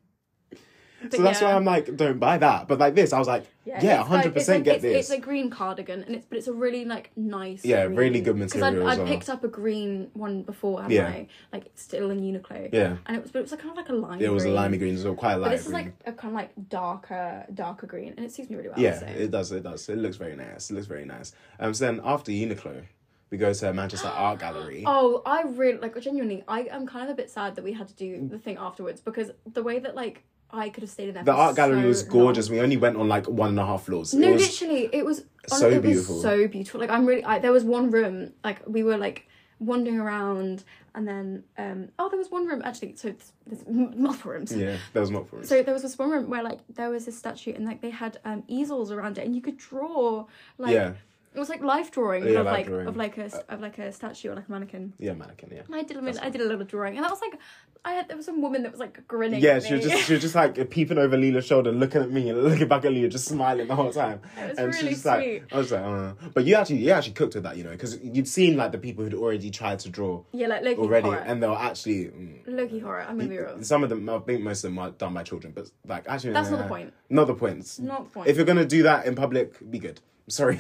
S2: but
S1: so that's
S2: yeah.
S1: why I'm like, don't buy that. But like this, I was like, yeah,
S2: it's like-
S1: hundred
S2: it's
S1: percent
S2: like-
S1: get
S2: it's,
S1: this.
S2: It's a green cardigan, and it's but it's a really like nice.
S1: Yeah,
S2: green.
S1: really good
S2: 'Cause
S1: material
S2: I'd,
S1: as
S2: I'd
S1: well.
S2: picked up a green one before, hadn't
S1: Yeah.
S2: I? Like it's still in Uniqlo.
S1: Yeah.
S2: and it was but it was like, kind of like a lime.
S1: it was
S2: green.
S1: a limey green, so quite a light
S2: But this is
S1: green.
S2: like a kind of like darker, darker green, and it suits me really well.
S1: Yeah,
S2: so.
S1: it does. It does. It looks very nice. It looks very nice. Um, so then after Uniqlo, we go to
S2: <gasps>
S1: Manchester Art Gallery.
S2: Oh, I really like genuinely. I am kind of a bit sad that we had to
S1: Mm.
S2: do the thing afterwards because the way that like I could have stayed in there.
S1: the
S2: for
S1: art gallery
S2: so
S1: was gorgeous. We only went on like one and a half floors.
S2: long.
S1: it
S2: No,
S1: was
S2: literally, it was
S1: so
S2: so it
S1: beautiful.
S2: Was so beautiful. Like I'm really. I, there was one room like we were like wandering around, and then um oh there was one room actually. So there's, there's m- multiple rooms.
S1: yeah, that was not for us.
S2: So there was this one room where like there was this statue and like they had um easels around it and you could draw like
S1: yeah,
S2: it was like life drawing
S1: Yeah,
S2: of
S1: life
S2: like
S1: drawing. Uh,
S2: of like a of like a statue or like a mannequin.
S1: yeah, mannequin. Yeah,
S2: I did a minute, I did a little drawing, and that was like, I had there was some woman that was like grinning.
S1: yeah.
S2: at
S1: She was
S2: me.
S1: just she was just like peeping over Leela's shoulder, looking at me and looking back at Leela, just smiling the whole
S2: <laughs>
S1: time. It
S2: was
S1: and she
S2: really
S1: was just
S2: sweet.
S1: like, I was like, uh. but you actually you actually cooked with that, you know, because you'd seen like the people who'd already tried to draw
S2: <laughs> yeah, like Loki
S1: already,
S2: horror.
S1: and they were actually. mm,
S2: Loki horror. I'm gonna be real.
S1: Some of them, I think most of them are done by children, but like actually,
S2: That's not the
S1: nah,
S2: point.
S1: Not the point.
S2: Not the point.
S1: If you're gonna do that in public, be good. <laughs> Sorry,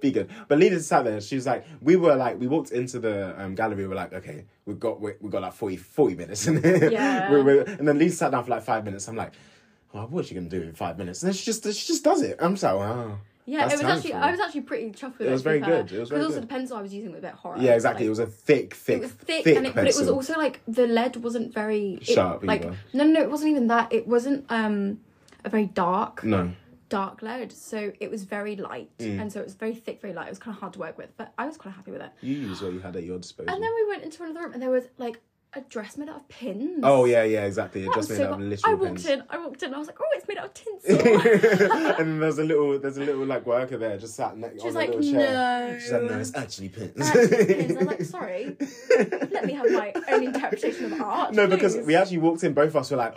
S1: be good. But Lena sat there. She was like, we were like, we walked into the um, gallery. We were like, okay, we got we, we got like 40, 40 minutes <laughs> in here.
S2: Yeah.
S1: We- we- and then Lena sat down for like five minutes. I'm like, oh, what is she gonna do in five minutes? And then she just she just does it. I'm just like, wow.
S2: Yeah,
S1: that's
S2: it was actually
S1: talentful.
S2: I was actually pretty chuffed with it.
S1: was
S2: to
S1: very
S2: be fair.
S1: good, it was
S2: 'Cause
S1: very
S2: also
S1: good.
S2: the pencil I was using was a bit horror.
S1: Yeah, exactly.
S2: Like,
S1: it was a thick, thick,
S2: it was thick,
S1: thick
S2: and it, but it was
S1: pencil.
S2: also like the lead wasn't very it-
S1: Sharp
S2: Like
S1: either.
S2: no, no, it wasn't even that. It wasn't um a very dark
S1: no.
S2: dark lead, so it was very light,
S1: Mm.
S2: and so it was very thick, very light. It was kind of hard to work with, but I was kind of happy with it.
S1: You used what you had at your disposal.
S2: And then we went into another room, and there was like a dress made out of pins.
S1: oh yeah, yeah, exactly. It
S2: That
S1: just
S2: was
S1: made
S2: so
S1: out of
S2: fun.
S1: literal
S2: I walked
S1: pins.
S2: in, I walked in, I was like, oh, it's made out of
S1: <laughs>
S2: tinsel.
S1: and then there's a little there's a little like worker there just sat next on
S2: She's
S1: a
S2: like,
S1: little chair.
S2: "No."
S1: She's like, no, it's actually pins.
S2: And I'm like, sorry, let me have my own interpretation of art.
S1: <laughs> No, because
S2: please."
S1: we actually walked in. Both of us were
S2: <gasps>
S1: like,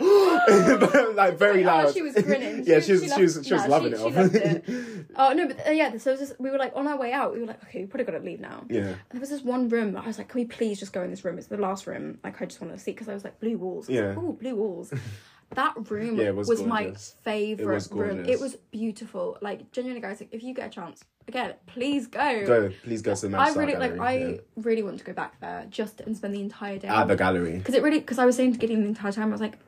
S1: <gasps> <laughs> like very
S2: Oh,
S1: loud.
S2: she was
S1: <laughs>
S2: grinning.
S1: yeah, she was. She,
S2: loved-
S1: was. She was
S2: nah,
S1: loving
S2: she- she
S1: it.
S2: loved it. Oh no, but uh, yeah. So it was this, we were like on our way out. We were like, okay, we probably got to leave now.
S1: <laughs> yeah.
S2: And there was this one room. I was like, can we please just go in this room? It's the last room. Like I just wanted to see because I was like blue walls. I was like,
S1: Yeah.
S2: Ooh, blue walls. That room
S1: Yeah, it was
S2: was, my
S1: gorgeous.
S2: favorite
S1: It was
S2: room.
S1: gorgeous.
S2: It was beautiful. Like genuinely, guys, like, if you get a chance, again, please go.
S1: Go, please go to the
S2: I
S1: Manchester
S2: really
S1: Art
S2: like. I
S1: Gallery,
S2: really want to go back there just and spend the entire day.
S1: yeah. at the gallery.
S2: because it really because I was saying to Gideon the entire time I was like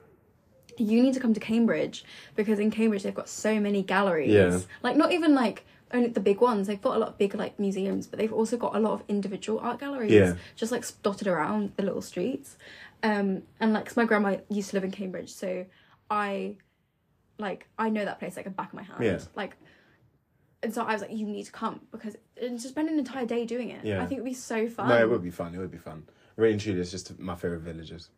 S2: you need to come to Cambridge because in Cambridge they've got so many galleries
S1: Yeah.
S2: like not even like only the big ones they've got a lot of big like museums but they've also got a lot of individual art galleries
S1: Yeah.
S2: just like dotted around the little streets um and like 'cause my grandma used to live in Cambridge so I like I know that place like a back of my hand
S1: Yeah.
S2: like and so I was like you need to come because and to spend an entire day doing it
S1: Yeah.
S2: I think it would be so fun
S1: No, it would be fun. It would be fun. Really and truly, it's just my favorite villages.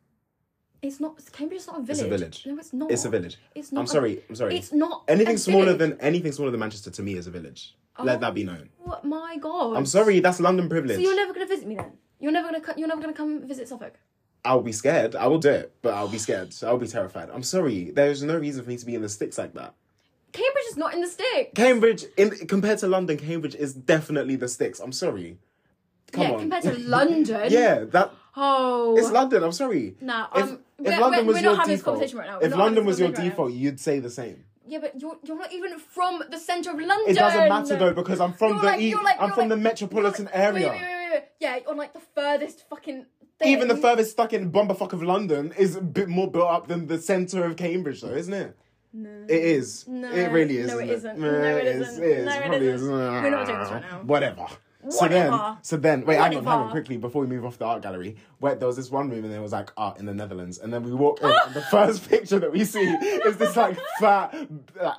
S2: It's not Cambridge is not a village.
S1: It's a village.
S2: No, it's not.
S1: It's a village.
S2: Oh, It's not.
S1: I'm
S2: a-
S1: sorry. I'm sorry.
S2: It's not.
S1: anything
S2: a
S1: smaller
S2: village. Oh.
S1: than anything smaller than Manchester to me is a village. Let that be known.
S2: What my god.
S1: I'm sorry. That's London
S2: So
S1: privilege.
S2: you're never gonna visit me then. You're never gonna. co- You're never gonna come visit Suffolk.
S1: I'll be scared. I will do it, but I'll be scared. I'll be terrified. I'm sorry. There's no reason for me to be in the sticks like that.
S2: Cambridge is not in the stick.
S1: Cambridge, in compared to London, Cambridge is definitely the sticks. I'm sorry. Come
S2: yeah,
S1: on.
S2: compared to
S1: <laughs>
S2: London.
S1: yeah, that
S2: Oh.
S1: it's London. I'm sorry.
S2: Nah,
S1: If,
S2: um,
S1: if
S2: we're-
S1: London
S2: we're-
S1: was
S2: we're not
S1: your
S2: having this
S1: default,
S2: conversation right now. We're
S1: if
S2: not having
S1: London
S2: this
S1: was your
S2: conversation right now.
S1: default, you'd say the same.
S2: yeah, but you're you're not even from the centre of London.
S1: It doesn't matter though because I'm from
S2: You're
S1: the
S2: like-
S1: e-
S2: you're like-
S1: I'm
S2: you're
S1: from
S2: like-
S1: the metropolitan
S2: you're like-
S1: area.
S2: Wait, wait, wait, wait, wait. Yeah, you're like the furthest fucking. Thing.
S1: Even
S2: <laughs>
S1: the furthest fucking bumperfuck of London is a bit more built up than the centre of Cambridge, though, isn't it?
S2: No.
S1: It is.
S2: No,
S1: it really is.
S2: no, it
S1: isn't
S2: isn't.
S1: Nah,
S2: No, it
S1: is,
S2: isn't.
S1: It is.
S2: No, it
S1: Probably
S2: isn't. We're not doing this right now.
S1: Whatever. So then,
S2: Whatever.
S1: so then, wait, hang on, hang on,
S2: Whatever.
S1: quickly before we move off the art gallery. Where there was this one room and there was like art in the Netherlands, and then we walk in,
S2: <gasps>
S1: and the first picture that we see is this like fat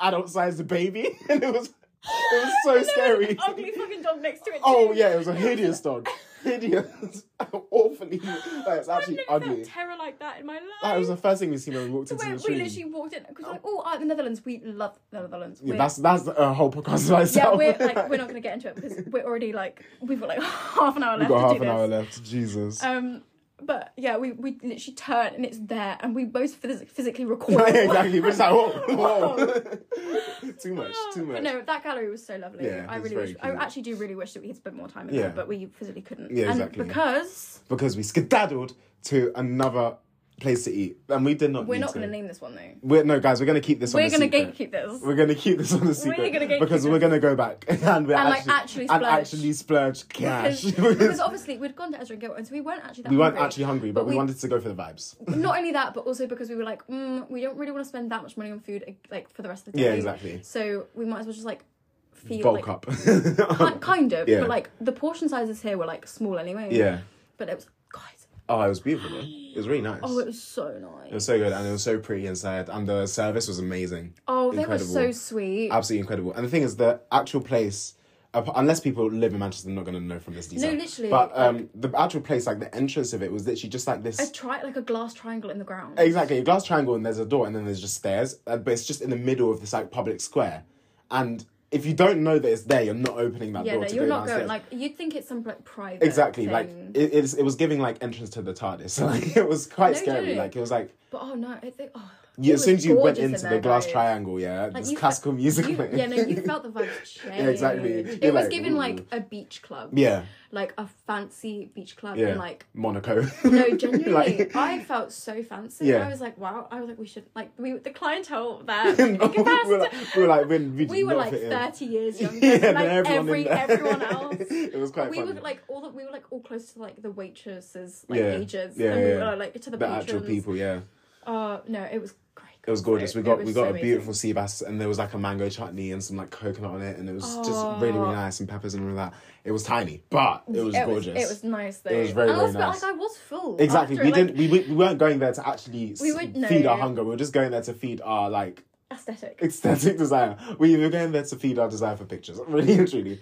S1: adult-sized baby, <laughs> and it was it was so scary.
S2: An ugly fucking dog next to it.
S1: Oh
S2: too.
S1: yeah,
S2: <laughs>
S1: it was a hideous dog. Hideous, <laughs> awfully. Like, it's actually
S2: I've never
S1: ugly.
S2: felt terror like that in my life.
S1: That was the first thing we seen when we walked into
S2: Where
S1: the
S2: we
S1: street.
S2: literally walked in because like, oh, art in the Netherlands. We love the Netherlands.
S1: Yeah,
S2: We're-
S1: that's that's a whole podcast <laughs> by
S2: yeah,
S1: itself.
S2: we're
S1: <laughs>
S2: like we're not gonna get into it because we're already like we've got like <laughs> half an hour
S1: We've
S2: left
S1: got half
S2: to do
S1: an hour
S2: this.
S1: left. Jesus.
S2: Um, but yeah, we we literally turn and it's there, and we both phys-
S1: <laughs>
S2: physically recoil.
S1: <laughs> yeah,
S2: <laughs>
S1: exactly. We're just like, whoa,
S2: Oh.
S1: whoa. <laughs> too much, too much.
S2: But no, that gallery was so lovely.
S1: Yeah,
S2: I
S1: it was
S2: really
S1: very
S2: wish. I
S1: cute.
S2: actually do really wish that we had spent more time in
S1: Yeah.
S2: there, but we physically couldn't.
S1: Yeah,
S2: and
S1: exactly.
S2: Because
S1: Because we skedaddled to another place to eat, and we did not.
S2: we're
S1: need to.
S2: not going to name this one though.
S1: We're, no, guys, we're gonna keep this.
S2: We're
S1: on the
S2: going to
S1: secret.
S2: gatekeep this.
S1: We're gonna keep this on the secret
S2: gonna gatekeep
S1: because we're
S2: this.
S1: gonna go back <laughs> and we're
S2: And, like,
S1: actually, and
S2: actually splurge.
S1: actually splurge cash.
S2: <laughs>
S1: <laughs>
S2: because, because obviously we'd gone to Ezra and Gilbert, and so we weren't actually that
S1: we weren't
S2: hungry.
S1: actually hungry, but,
S2: but
S1: we,
S2: we-
S1: wanted to go for the vibes.
S2: Not only that, but also because we were like, mm, we don't really want to spend that much money on food like for the rest of the day.
S1: Yeah, exactly.
S2: So we might as well just like feel
S1: Bulk
S2: like
S1: up.
S2: <laughs>
S1: <laughs>
S2: ki- kind of,
S1: Yeah.
S2: but like the portion sizes here were like small anyway.
S1: yeah.
S2: But it was guys.
S1: Oh, it was beautiful. Though. It was really nice.
S2: Oh, it was so nice.
S1: It was so good and it was so pretty inside and the service was amazing.
S2: oh, they
S1: incredible.
S2: were so sweet.
S1: Absolutely incredible. And the thing is, the actual place, ap- unless people live in Manchester, they're not going to know from this detail.
S2: literally,
S1: But um, the actual place, like the entrance of it, was literally just like this.
S2: a tri- like a glass triangle in the ground.
S1: exactly, a glass triangle, and there's a door, and then there's just stairs. uh, But it's just in the middle of this like public square. And if you don't know that it's there, you're not opening that
S2: yeah,
S1: door.
S2: no,
S1: to
S2: you're
S1: go
S2: not
S1: downstairs.
S2: going. Like you'd think it's some like private.
S1: Exactly, like
S2: thing.
S1: it, it's, it was giving like entrance to the TARDIS. <laughs> Like it was quite
S2: No,
S1: scary.
S2: no.
S1: Like it was like
S2: But oh no, I think oh.
S1: you,
S2: it
S1: as soon
S2: was
S1: as you went
S2: gorgeous in
S1: into the
S2: there,
S1: glass
S2: guys.
S1: triangle, <laughs> yeah, this
S2: you fe-
S1: classical music.
S2: You,
S1: playing.
S2: yeah, no, you felt the vibe change.
S1: exactly.
S2: It
S1: You're
S2: was
S1: like,
S2: given like
S1: ooh.
S2: a beach club.
S1: <laughs>
S2: <laughs>
S1: yeah,
S2: Like a fancy beach club
S1: yeah.
S2: and like
S1: Monaco.
S2: <laughs> no,
S1: <laughs>
S2: genuinely,
S1: Like-
S2: I felt so fancy.
S1: Yeah.
S2: I was like, wow. I was like, we should like we the clientele
S1: <laughs>
S2: there.
S1: we
S2: in comparison
S1: were
S2: to-
S1: like, we were like, when we,
S2: we were like
S1: that.
S2: thirty
S1: <laughs>
S2: years younger
S1: Yeah,
S2: than
S1: than
S2: like
S1: everyone in
S2: every
S1: there. <laughs>
S2: everyone else.
S1: It was quite
S2: we
S1: funny.
S2: were like all the, we were like all close to like the waitresses like
S1: Yeah.
S2: ages
S1: Yeah,
S2: and we
S1: yeah.
S2: were like to the,
S1: The
S2: patrons.
S1: actual people, yeah.
S2: Oh no, it was great.
S1: It was gorgeous. We got we got a
S2: beautiful.
S1: beautiful sea bass, and there was like a mango chutney and some like coconut on it, and it was just really really
S2: Oh.
S1: nice and peppers and all that. It was tiny, but it was gorgeous.
S2: it was nice though.
S1: It was very,
S2: and I
S1: very
S2: also felt
S1: nice.
S2: like I was full.
S1: Exactly.
S2: after
S1: We
S2: it, like,
S1: didn't. We, we we weren't going there to actually s-
S2: We would- no.
S1: feed our hunger. We were just going there to feed our like
S2: aesthetic.
S1: aesthetic desire. We were going there to feed our desire for pictures. <laughs> Really and truly.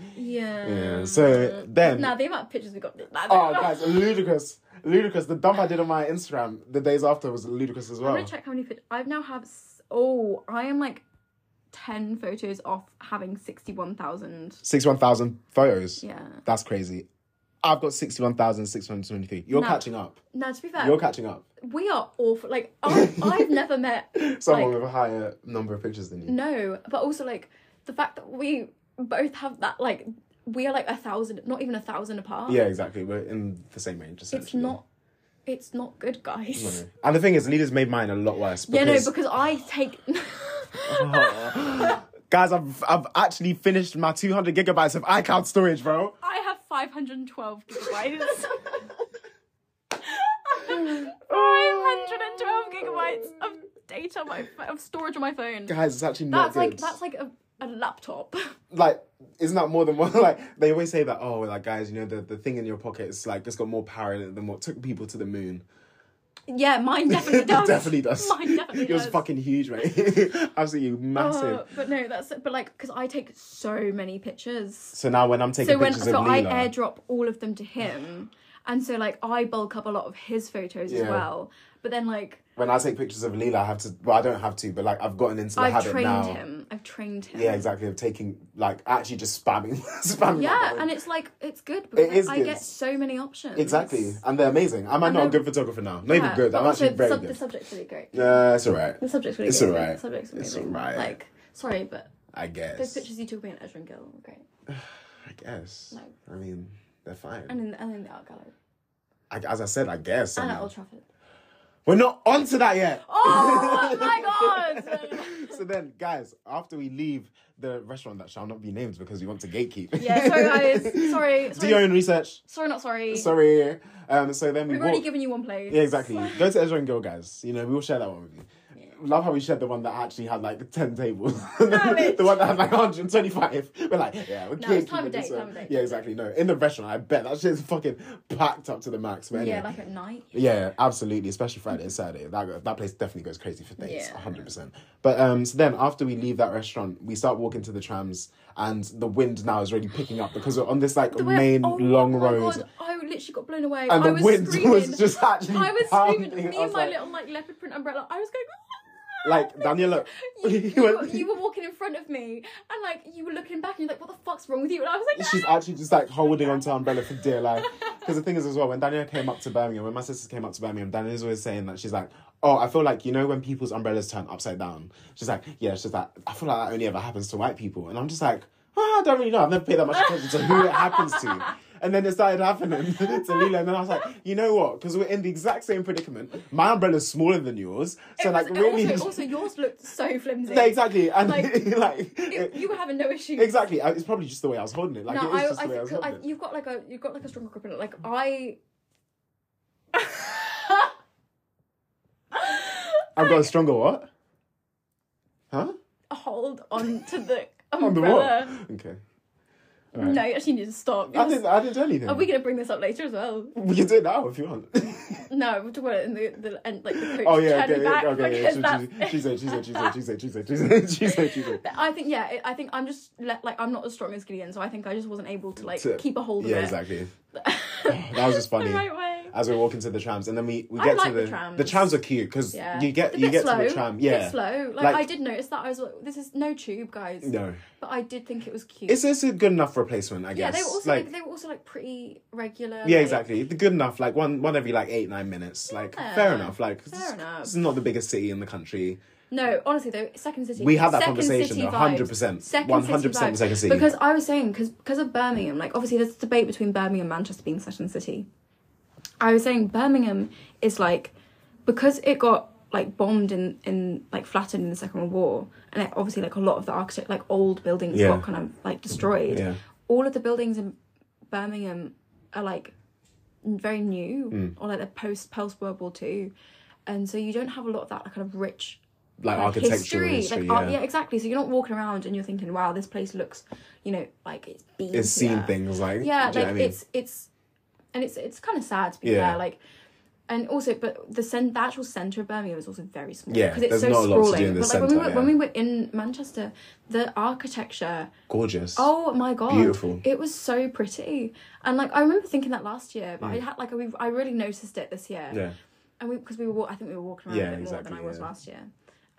S1: <laughs>
S2: Yeah.
S1: Yeah. So then,
S2: Now the amount of pictures we got. Nah,
S1: oh guys, ludicrous, ludicrous. The dump I did on my Instagram the days after was ludicrous as
S2: I'm
S1: well.
S2: gonna check how many pictures. I've now have. s- Oh, I am like ten photos off having sixty-one thousand.
S1: Sixty-one thousand photos.
S2: Yeah.
S1: That's crazy. I've got sixty-one thousand six hundred twenty-three. You're
S2: Nah.
S1: catching up.
S2: Now to be fair,
S1: You're catching up.
S2: we are awful. Like I, I've never met. <laughs>
S1: Someone
S2: like,
S1: with a higher number of pictures than you.
S2: No, but also like the fact that we both have that like we are like a thousand, not even a thousand apart.
S1: Yeah, exactly. We're in the same range.
S2: It's
S1: essentially.
S2: not. It's not good, guys. <laughs>
S1: And the thing is, Leaders made mine a lot worse.
S2: Yeah,
S1: Because
S2: no, because I take.
S1: Guys, I've I've actually finished my 200 gigabytes of iCloud storage, bro.
S2: <laughs> I have 512 <laughs>
S1: <laughs>
S2: gigabytes. 512 gigabytes of data on my pho- of storage on my phone.
S1: Guys, it's actually not
S2: That's
S1: good.
S2: like that's like a, a laptop. <laughs>
S1: like isn't that more than one <laughs> like they always say that oh like guys you know the, the thing in your pocket is like it's got more power in it than what took people to the
S2: <laughs>
S1: moon
S2: Yeah,
S1: <laughs>
S2: mine definitely
S1: it
S2: does.
S1: definitely does <laughs>
S2: Mine definitely
S1: it was
S2: does.
S1: fucking huge mate <laughs> absolutely massive
S2: Oh, but no, that's but like because I take so many pictures.
S1: so now when i'm taking
S2: So when
S1: pictures
S2: so
S1: of
S2: I
S1: Leela,
S2: airdrop all of them to him, and so like I bulk up a lot of his photos as
S1: Yeah.
S2: well. But then like
S1: when i take pictures of Leela, i have to well i don't have to but like i've gotten into the
S2: I've
S1: habit
S2: trained
S1: now
S2: him. I've trained him.
S1: yeah exactly of taking like actually just spamming <laughs> spamming
S2: Yeah,
S1: that
S2: and it's like it's good because
S1: is
S2: I
S1: good.
S2: get so many options.
S1: exactly and they're amazing am i
S2: And
S1: not a
S2: they're-
S1: good photographer now not even
S2: Yeah,
S1: good
S2: but
S1: i'm
S2: also
S1: actually
S2: the
S1: very
S2: sub- The
S1: good
S2: subject's really great.
S1: yeah it's all right
S2: The subject's really
S1: It's
S2: good.
S1: alright.
S2: The subject's amazing.
S1: It's alright.
S2: Like, sorry, but
S1: i guess
S2: those pictures you took me in Ezra and Gill were great.
S1: i guess
S2: Like-
S1: i mean they're fine
S2: And in, and in the art gallery.
S1: I, as I said, I guess. I
S2: And
S1: mean,
S2: at Old Trafford. <laughs>
S1: we're not onto that yet.
S2: Oh my god!
S1: So then, guys, after we leave the restaurant that shall not be named because we want to gatekeep.
S2: yeah, sorry guys.
S1: <laughs>
S2: Sorry.
S1: Do your
S2: Sorry,
S1: own research.
S2: sorry not sorry.
S1: Sorry. Um, so then we
S2: We've
S1: walk.
S2: already given you one place.
S1: yeah, exactly. Go to Ezra and Girl, guys. You know, we will share that one with you. Love how we shared the one that actually had like 10
S2: <laughs>
S1: tables. <laughs> the
S2: bitch.
S1: one that had like 125. We're like, yeah, we're
S2: No, it's time
S1: gatekeeping
S2: of
S1: this
S2: day,
S1: one.
S2: time of day.
S1: Yeah, exactly. No, in the restaurant, I bet that shit's fucking packed up to the max. But anyway.
S2: Yeah, like at night.
S1: Yeah, absolutely. Especially Friday and Saturday. That go- that place definitely goes crazy for dates,
S2: Yeah.
S1: hundred percent. But um, so then after we leave that restaurant, we start walking to the trams, and the wind now is really picking up because we're on this like
S2: Where-
S1: main
S2: oh
S1: long
S2: my
S1: road,
S2: God, I literally got blown away.
S1: and
S2: I
S1: the
S2: was
S1: wind <laughs>
S2: screaming.
S1: was just actually. <laughs>
S2: I was
S1: pounding.
S2: screaming. Me
S1: I was
S2: and my
S1: like,
S2: little like leopard print umbrella. I was going.
S1: <laughs>
S2: "Ah!"
S1: like <laughs> Daniela.
S2: <laughs>
S1: <laughs>
S2: You,
S1: he
S2: you, were,
S1: went-
S2: you were walking in front of me, and like you were looking back, and you're like, "What the fuck's wrong with you?" And I was like,
S1: <laughs> she's actually just like holding onto her umbrella for dear
S2: <laughs>
S1: life. Because the thing is as well, when Daniela came up to Birmingham, when my sisters came up to Birmingham, Daniela's always saying that she's like, oh, I feel like you know when people's umbrellas turn upside down. She's like, yeah, she's like, I feel like that only ever happens to white people, and I'm just like, oh, I don't really know. I've never paid that much attention to who it happens
S2: <laughs>
S1: to. And then it started happening <laughs> to Lila, and then I was like, you know what? Because we're in the exact same predicament. My umbrella's smaller than yours, so
S2: It
S1: like
S2: was-
S1: really, <laughs>
S2: Also, also, yours looked so flimsy.
S1: Yeah, exactly, and <laughs> like,
S2: Like-
S1: it-
S2: It- you were having no issues.
S1: exactly, I- it's probably just the way I was holding it. Like
S2: No,
S1: it is
S2: I,
S1: just
S2: I
S1: the way I was
S2: think
S1: holding
S2: I,
S1: it.
S2: you've got like a you've got like a stronger grip on it. Like I. <laughs>
S1: I've got a stronger what? Huh?
S2: Hold on to the
S1: On the what?
S2: umbrella.
S1: Okay.
S2: No, you actually need to stop.
S1: I didn't. I didn't do anything.
S2: Are we gonna bring this up later as well?
S1: We can do it now if you
S2: <laughs>
S1: want.
S2: No, we'll talk about it in the, the end, like the coach
S1: oh yeah. Okay.
S2: turning back
S1: yeah, okay.
S2: because
S1: Yeah.
S2: that's
S1: She, she, she said. She said. She said. She said. She said. She said. She said. She
S2: <laughs>
S1: said.
S2: I think yeah, I- I think I'm just le- like I'm not as strong as Gideon, so I think I just wasn't able to like
S1: To-
S2: keep a hold of
S1: Yeah.
S2: it.
S1: Exactly. That was just
S2: <laughs> the
S1: funny.
S2: right way.
S1: As we walk into the trams, and then we we
S2: I
S1: get to
S2: like
S1: the
S2: the trams.
S1: the trams are cute because
S2: Yeah,
S1: you get
S2: It's a
S1: you
S2: bit
S1: get
S2: slow,
S1: to the tram.
S2: a bit
S1: Yeah.
S2: slow. Like,
S1: Like-
S2: I did notice that I was like, this is no tube, guys.
S1: No,
S2: But I did think it was cute.
S1: it's it's a good enough replacement, I
S2: yeah,
S1: guess.
S2: they were also
S1: like
S2: like, they were also like pretty regular.
S1: yeah,
S2: like-
S1: exactly. Good enough. Like one one every like eight nine minutes. Like
S2: Yeah,
S1: fair enough. Like
S2: fair
S1: it's,
S2: enough.
S1: it's not the biggest city in the country.
S2: No, honestly though, Second City.
S1: We had that
S2: Second
S1: conversation,
S2: City
S1: though,
S2: vibes.
S1: 100%,
S2: Second
S1: 100%
S2: City vibes.
S1: Second City.
S2: Because I was saying, because of Birmingham, like obviously there's a debate between Birmingham and Manchester being Second City. I was saying Birmingham is like because it got like bombed in in like flattened in the Second World War, and like, obviously like a lot of the architect like old buildings
S1: Yeah.
S2: got kind of like destroyed.
S1: Yeah.
S2: All of the buildings in Birmingham are like very new
S1: Mm.
S2: or like the post post World War Two, and so you don't have a lot of that kind of rich
S1: Like
S2: like,
S1: architectural
S2: history,
S1: history,
S2: like art-
S1: yeah.
S2: yeah, exactly. So you're not walking around and you're thinking, wow, this place looks, you know, like it's been
S1: It's seen
S2: here.
S1: things like
S2: Yeah,
S1: do you know what
S2: like
S1: I mean?
S2: it's it's, and it's it's kind of sad to be
S1: Yeah.
S2: fair, like. And also, but the, cen- the actual center of Birmingham is also very small.
S1: Yeah,
S2: because it's
S1: there's
S2: so
S1: not a lot to do
S2: sprawling.
S1: in the
S2: but like when we
S1: centre,
S2: were
S1: yeah.
S2: when we were in Manchester, the architecture
S1: gorgeous.
S2: Oh my god!
S1: Beautiful.
S2: It was so pretty, and like I remember thinking that last year, but I had like we I really noticed it this year.
S1: Mm. yeah.
S2: And we because we were wa- I think we were walking around
S1: Yeah,
S2: a bit
S1: exactly,
S2: more than I was
S1: yeah.
S2: last year,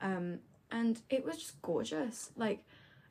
S2: um, and it was just gorgeous. Like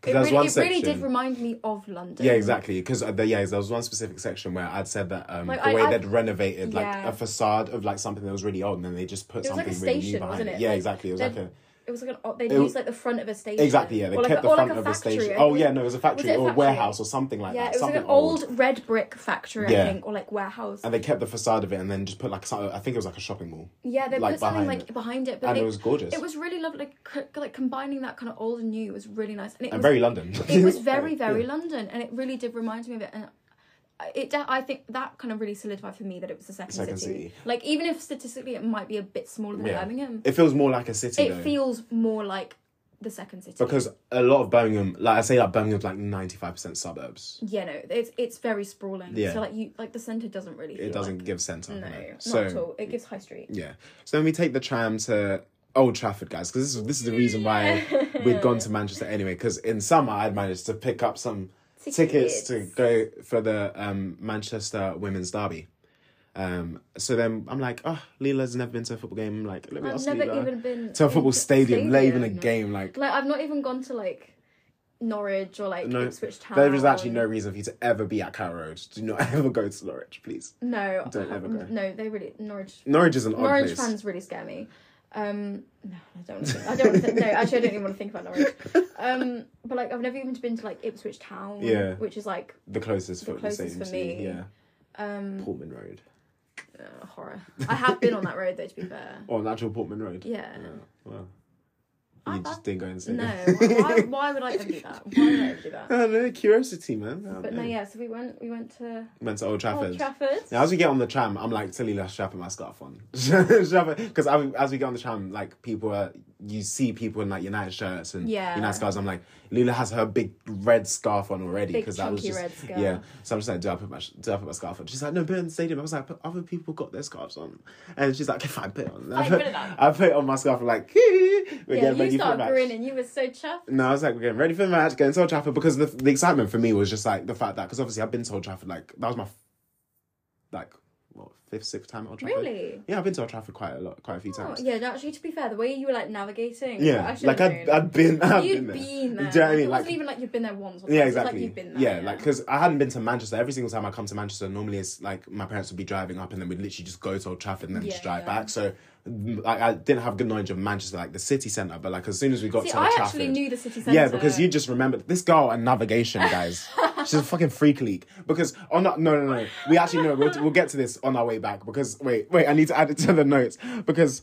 S2: it
S1: there was one
S2: really, it really did
S1: section-
S2: remind me of London.
S1: Yeah, exactly. Because yeah, there was one specific section where I'd said that um,
S2: Like,
S1: the
S2: I-
S1: way
S2: I-
S1: they'd renovated like
S2: Yeah.
S1: a facade of like something that was really old, and then they just put
S2: It was
S1: something
S2: like a
S1: really new
S2: station,
S1: behind
S2: wasn't
S1: it.
S2: it?
S1: Yeah,
S2: Like,
S1: exactly. It was like
S2: they'd-
S1: a
S2: it was like an op- they'd
S1: It
S2: use
S1: w-
S2: like the front of a station.
S1: Exactly, yeah. They
S2: Or like
S1: kept
S2: a-
S1: the
S2: or like
S1: front
S2: a
S1: of the
S2: factory,
S1: station.
S2: I
S1: Oh
S2: think.
S1: yeah, no, it was a factory
S2: it a
S1: or a
S2: factory?
S1: warehouse or something like
S2: Yeah,
S1: that.
S2: it was like
S1: something
S2: an old red brick factory,
S1: Yeah.
S2: I think, or like warehouse.
S1: And they kept the facade of it and then just put like some, I think it was like a shopping mall.
S2: yeah, they
S1: like,
S2: put something
S1: behind
S2: like
S1: it.
S2: behind it, but
S1: and
S2: they,
S1: it was gorgeous.
S2: it was really lovely. Like, c- like combining that kind of old and new was really nice, and it
S1: and
S2: was
S1: very London. <laughs>
S2: it was very very London, and it really did remind me of it. And it, de- I think that kind of really solidified for me that it was the second,
S1: Second
S2: city.
S1: city.
S2: Like even if statistically it might be a bit smaller than
S1: Yeah.
S2: Birmingham,
S1: It feels more like a city
S2: it
S1: though.
S2: feels more like the second city.
S1: because a lot of Birmingham, like I say, like Birmingham's like ninety five percent suburbs.
S2: yeah, no, it's it's very sprawling.
S1: Yeah.
S2: So like you like the centre doesn't really. Feel
S1: It doesn't
S2: Like,
S1: give centre.
S2: no,
S1: no.
S2: not
S1: So
S2: at all. It gives High Street.
S1: yeah. So then we take the tram to Old Trafford, guys, because this is this is the reason
S2: <laughs>
S1: why we'd gone to Manchester anyway. Because in summer I'd managed to pick up some tickets to go for the um, Manchester Women's Derby. Um, so then I'm like, oh, Leela's never been to a football game. I'm like, let me
S2: I've
S1: ask
S2: never
S1: Leela
S2: even been
S1: to a football
S2: into-
S1: stadium, not even a
S2: stadium.
S1: game. Like,
S2: Like I've not even gone to like Norwich or like
S1: no,
S2: Ipswich Town.
S1: there is actually no reason for you to ever be at Carrow Road. Do not <laughs> ever go to Norwich, please.
S2: No,
S1: Don't
S2: I-
S1: ever go.
S2: No, they really Norwich.
S1: Norwich is an odd
S2: Norwich
S1: place.
S2: fans really scare me. Um, no, I don't. Want to think, I don't. Want to think, no, actually, I don't even want to think
S1: <laughs>
S2: about Norwich. Um, but like, I've never even been to like Ipswich Town.
S1: Yeah.
S2: Which is like,
S1: the closest football
S2: closest
S1: stadium
S2: for
S1: to you,
S2: me.
S1: yeah,
S2: um,
S1: Portman Road
S2: uh, horror. I have been on that road though. To be fair.
S1: or Oh, an actual Portman Road.
S2: Yeah.
S1: Yeah, Wow.
S2: I-
S1: You just didn't go and say
S2: No.
S1: <laughs>
S2: Why, why would I ever do that? Why would I ever do that?
S1: I don't know, Oh, curiosity, man. I don't
S2: But no,
S1: know.
S2: yeah. So we went. We went to
S1: Went to Old Trafford.
S2: Old Trafford.
S1: <laughs> Now, as we get on the tram, I'm like, Tilly, let's strap my scarf <laughs> on. Because as we get on the tram, like, people are, you see people in like United shirts and
S2: Yeah.
S1: United scarves. I'm like, Lila has her big red scarf on already.
S2: Big
S1: Because that was
S2: chunky
S1: just,
S2: red scarf.
S1: Yeah. So I'm just like, do I, put my, sh- do I put my scarf on? She's like, no, put it in the stadium. I was like, but other people got their scarves on. And she's like, okay, fine, put it on. I
S2: Fine,
S1: put,
S2: put it on.
S1: I put on my scarf. I'm like, <laughs> yeah,
S2: Yeah, you started grinning. You were so chuffed.
S1: no, I was like, we're getting ready for the match, getting to Old Trafford because the, the excitement for me was just like the fact that because obviously I've been to Old Trafford like that was my f- like what fifth sixth time at Old Trafford.
S2: Really?
S1: Yeah, I've been to Old Trafford quite a lot, quite a few
S2: Oh,
S1: times.
S2: yeah, actually, to be fair, the way you were like navigating,
S1: yeah,
S2: I should
S1: like
S2: have
S1: I'd,
S2: known.
S1: I'd been, <laughs> I've
S2: You'd
S1: been there.
S2: been there.
S1: Do you know what I
S2: Like,
S1: mean?
S2: It
S1: Like,
S2: wasn't even like you've been there once. Or
S1: yeah,
S2: twice. It's
S1: exactly.
S2: like you've been there.
S1: yeah, like because I hadn't been to Manchester. Every single time I come to Manchester, normally it's like my parents would be driving up and then we'd literally just go to Old Trafford and then just
S2: Yeah,
S1: drive
S2: yeah.
S1: back. So mm, like I didn't have good knowledge of Manchester, like the city centre. But like as soon as we got
S2: See,
S1: to Old
S2: I
S1: Trafford,
S2: actually knew the city centre.
S1: Yeah, because you just remembered this girl and navigation,
S2: <laughs>
S1: guys. She's a fucking freak leak. Because on that, no, no, no. We actually know. We'll, we'll get to this on our way back. Because wait, wait. I need to add it to the notes. Because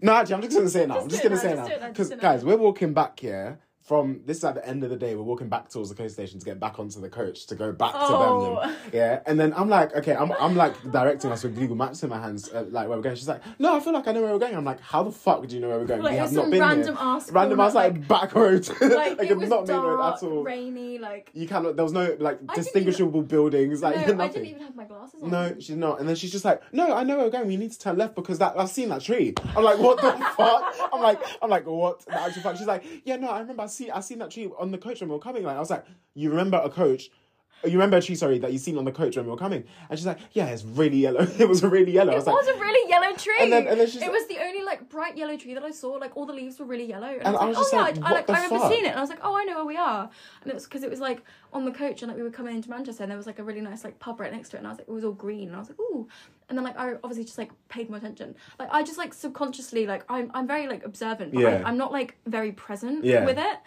S1: no, actually, I'm just gonna say it now. I'm just
S2: do it
S1: gonna
S2: now,
S1: say it
S2: just do it
S1: now.
S2: now, just
S1: Because
S2: do it now.
S1: guys, we're walking back here from this is at the end of the day. We're walking back towards the coast station to get back onto the coach to go back
S2: Oh.
S1: to Birmingham. Yeah, and then I'm like, okay, I'm I'm like directing us with Google Maps in my hands, uh, like where we're going. She's like, no, I feel like I know where we're going. I'm like, how the fuck do you know where we're going?
S2: Like,
S1: we
S2: it
S1: have
S2: was
S1: not
S2: some
S1: been
S2: random
S1: here.
S2: ass
S1: Random
S2: corner,
S1: ass like, back <laughs> road.
S2: like,
S1: like
S2: it
S1: it's
S2: was
S1: not main road at
S2: dark,
S1: all.
S2: rainy. <laughs> Like
S1: You cannot. There was no like
S2: I didn't
S1: distinguishable buildings. Like
S2: no, I
S1: nothing.
S2: didn't even have my glasses on.
S1: No, she's not. And then she's just like, no, I know where we're going. We need to turn left because that I've seen that tree. I'm like, what
S2: <laughs>
S1: the fuck? I'm like, I'm like, what the actual fuck? She's like, yeah, no, I remember. I see, I seen that tree on the coach when we were coming. Like, I was like, you remember a coach? You remember a tree? Sorry, that you seen on the coach when we were coming. And she's like, yeah, it's really yellow. <laughs> it was really yellow. I
S2: It
S1: was like,
S2: was a really yellow tree.
S1: And then- and then she's
S2: it
S1: like-
S2: was the only like bright yellow tree that I saw. Like all the leaves were really yellow, and,
S1: And
S2: I was
S1: I
S2: like,
S1: was just
S2: "Oh
S1: like,
S2: yeah, I, I, like
S1: what
S2: I
S1: the
S2: remember
S1: fuck?
S2: seeing it." And I was like, "Oh, I know where we are." And it was because it was like on the coach, and like we were coming into Manchester, and there was like a really nice like pub right next to it, and I was like, it was all green, and I was like, "Ooh." And then like I obviously just like paid more attention. Like I just like subconsciously like I'm I'm very like observant, but
S1: Yeah.
S2: I, I'm not like very present
S1: Yeah.
S2: with it.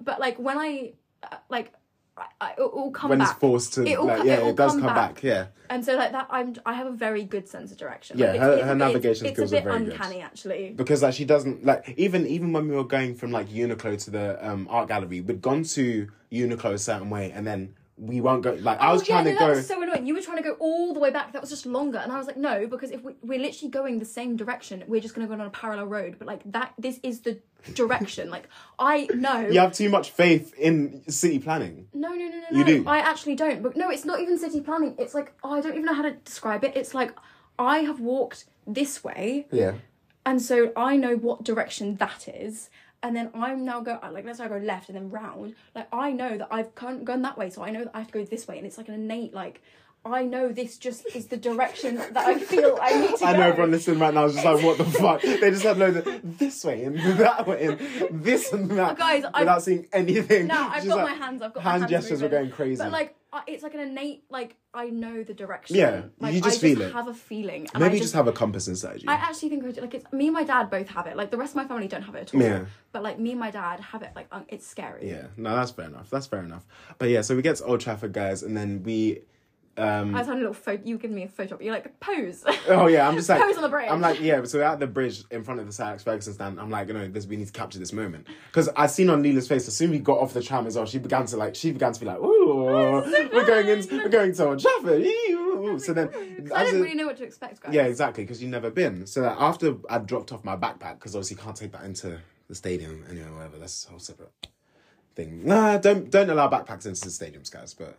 S2: But like when I uh, like. I, I, it all come
S1: when it's
S2: back.
S1: forced to,
S2: It all
S1: like,
S2: co-
S1: yeah,
S2: it
S1: it,
S2: all
S1: does
S2: come
S1: come back.
S2: back.
S1: Yeah,
S2: And so like that, I'm I have a very good sense of direction.
S1: Yeah,
S2: Like,
S1: her-
S2: a
S1: her
S2: bit-
S1: navigation
S2: it's,
S1: skills
S2: it's a
S1: are
S2: bit
S1: very good.
S2: uncanny actually.
S1: because like she doesn't like even even when we were going from like Uniqlo to the um, art gallery, we'd gone to Uniqlo a certain way, and then we won't go. Like I was
S2: Oh,
S1: trying
S2: yeah,
S1: to
S2: no,
S1: go.
S2: That was so annoying. You were trying to go all the way back. That was just longer, and I was like, no, because if we, we're literally going the same direction, we're just going to go on a parallel road. But like that, this is the direction. like
S1: <laughs>
S2: I know.
S1: You have too much faith in city planning.
S2: No, no, no, no,
S1: You
S2: no.
S1: do.
S2: I actually don't. But no, it's not even city planning. It's like oh, I don't even know how to describe it. It's like I have walked this way.
S1: Yeah.
S2: and so I know what direction that is. And then I'm now go like let's say I go left and then round. Like I know that I've gone, gone that way, so I know that I have to go this way, and it's like an innate like I know this just is the direction that I feel I need
S1: <laughs>
S2: to
S1: I
S2: go.
S1: know everyone listening right now is just like, what
S2: <laughs>
S1: the fuck? They just had loads of this way and <laughs> that way and this and that.
S2: Guys, I've-
S1: without seeing anything.
S2: No, I've
S1: Just
S2: got
S1: like, <laughs>
S2: my hands. I've got my
S1: hand
S2: hands
S1: gestures were
S2: moving.
S1: going crazy.
S2: But like I, it's like an innate like I know the direction.
S1: Yeah,
S2: like,
S1: you just
S2: I
S1: feel
S2: just
S1: it.
S2: have a feeling. And
S1: Maybe
S2: I
S1: you just have a compass inside you.
S2: I actually think I do. Like it's me and my dad both have it. Like the rest of my family don't have it at all.
S1: Yeah.
S2: But like me and my dad have it. Like um, it's scary.
S1: yeah, no, that's fair enough. That's fair enough. But yeah, so we get to Old Trafford, guys, and then we. Um,
S2: I was having a little photo. You giving me a photo. You're like pose.
S1: <laughs>
S2: <laughs>
S1: Oh yeah, I'm just like
S2: Pose on the bridge.
S1: I'm like yeah, so we're at the bridge in front of the Sir Alex Ferguson stand. I'm like, you know, this we need to capture this moment because I seen on Leela's face as soon as we got off the tram as well. She began to like, she began to be like, ooh, we're going in, we're going to Old Trafford. Ooh. So then,
S2: I
S1: as
S2: didn't
S1: it-
S2: really know what to expect, guys.
S1: yeah, exactly, because you've never been. So that after I dropped off my backpack, because obviously you can't take that into the stadium anyway, whatever. That's a whole separate thing. Nah, don't don't allow backpacks into the stadiums, guys. But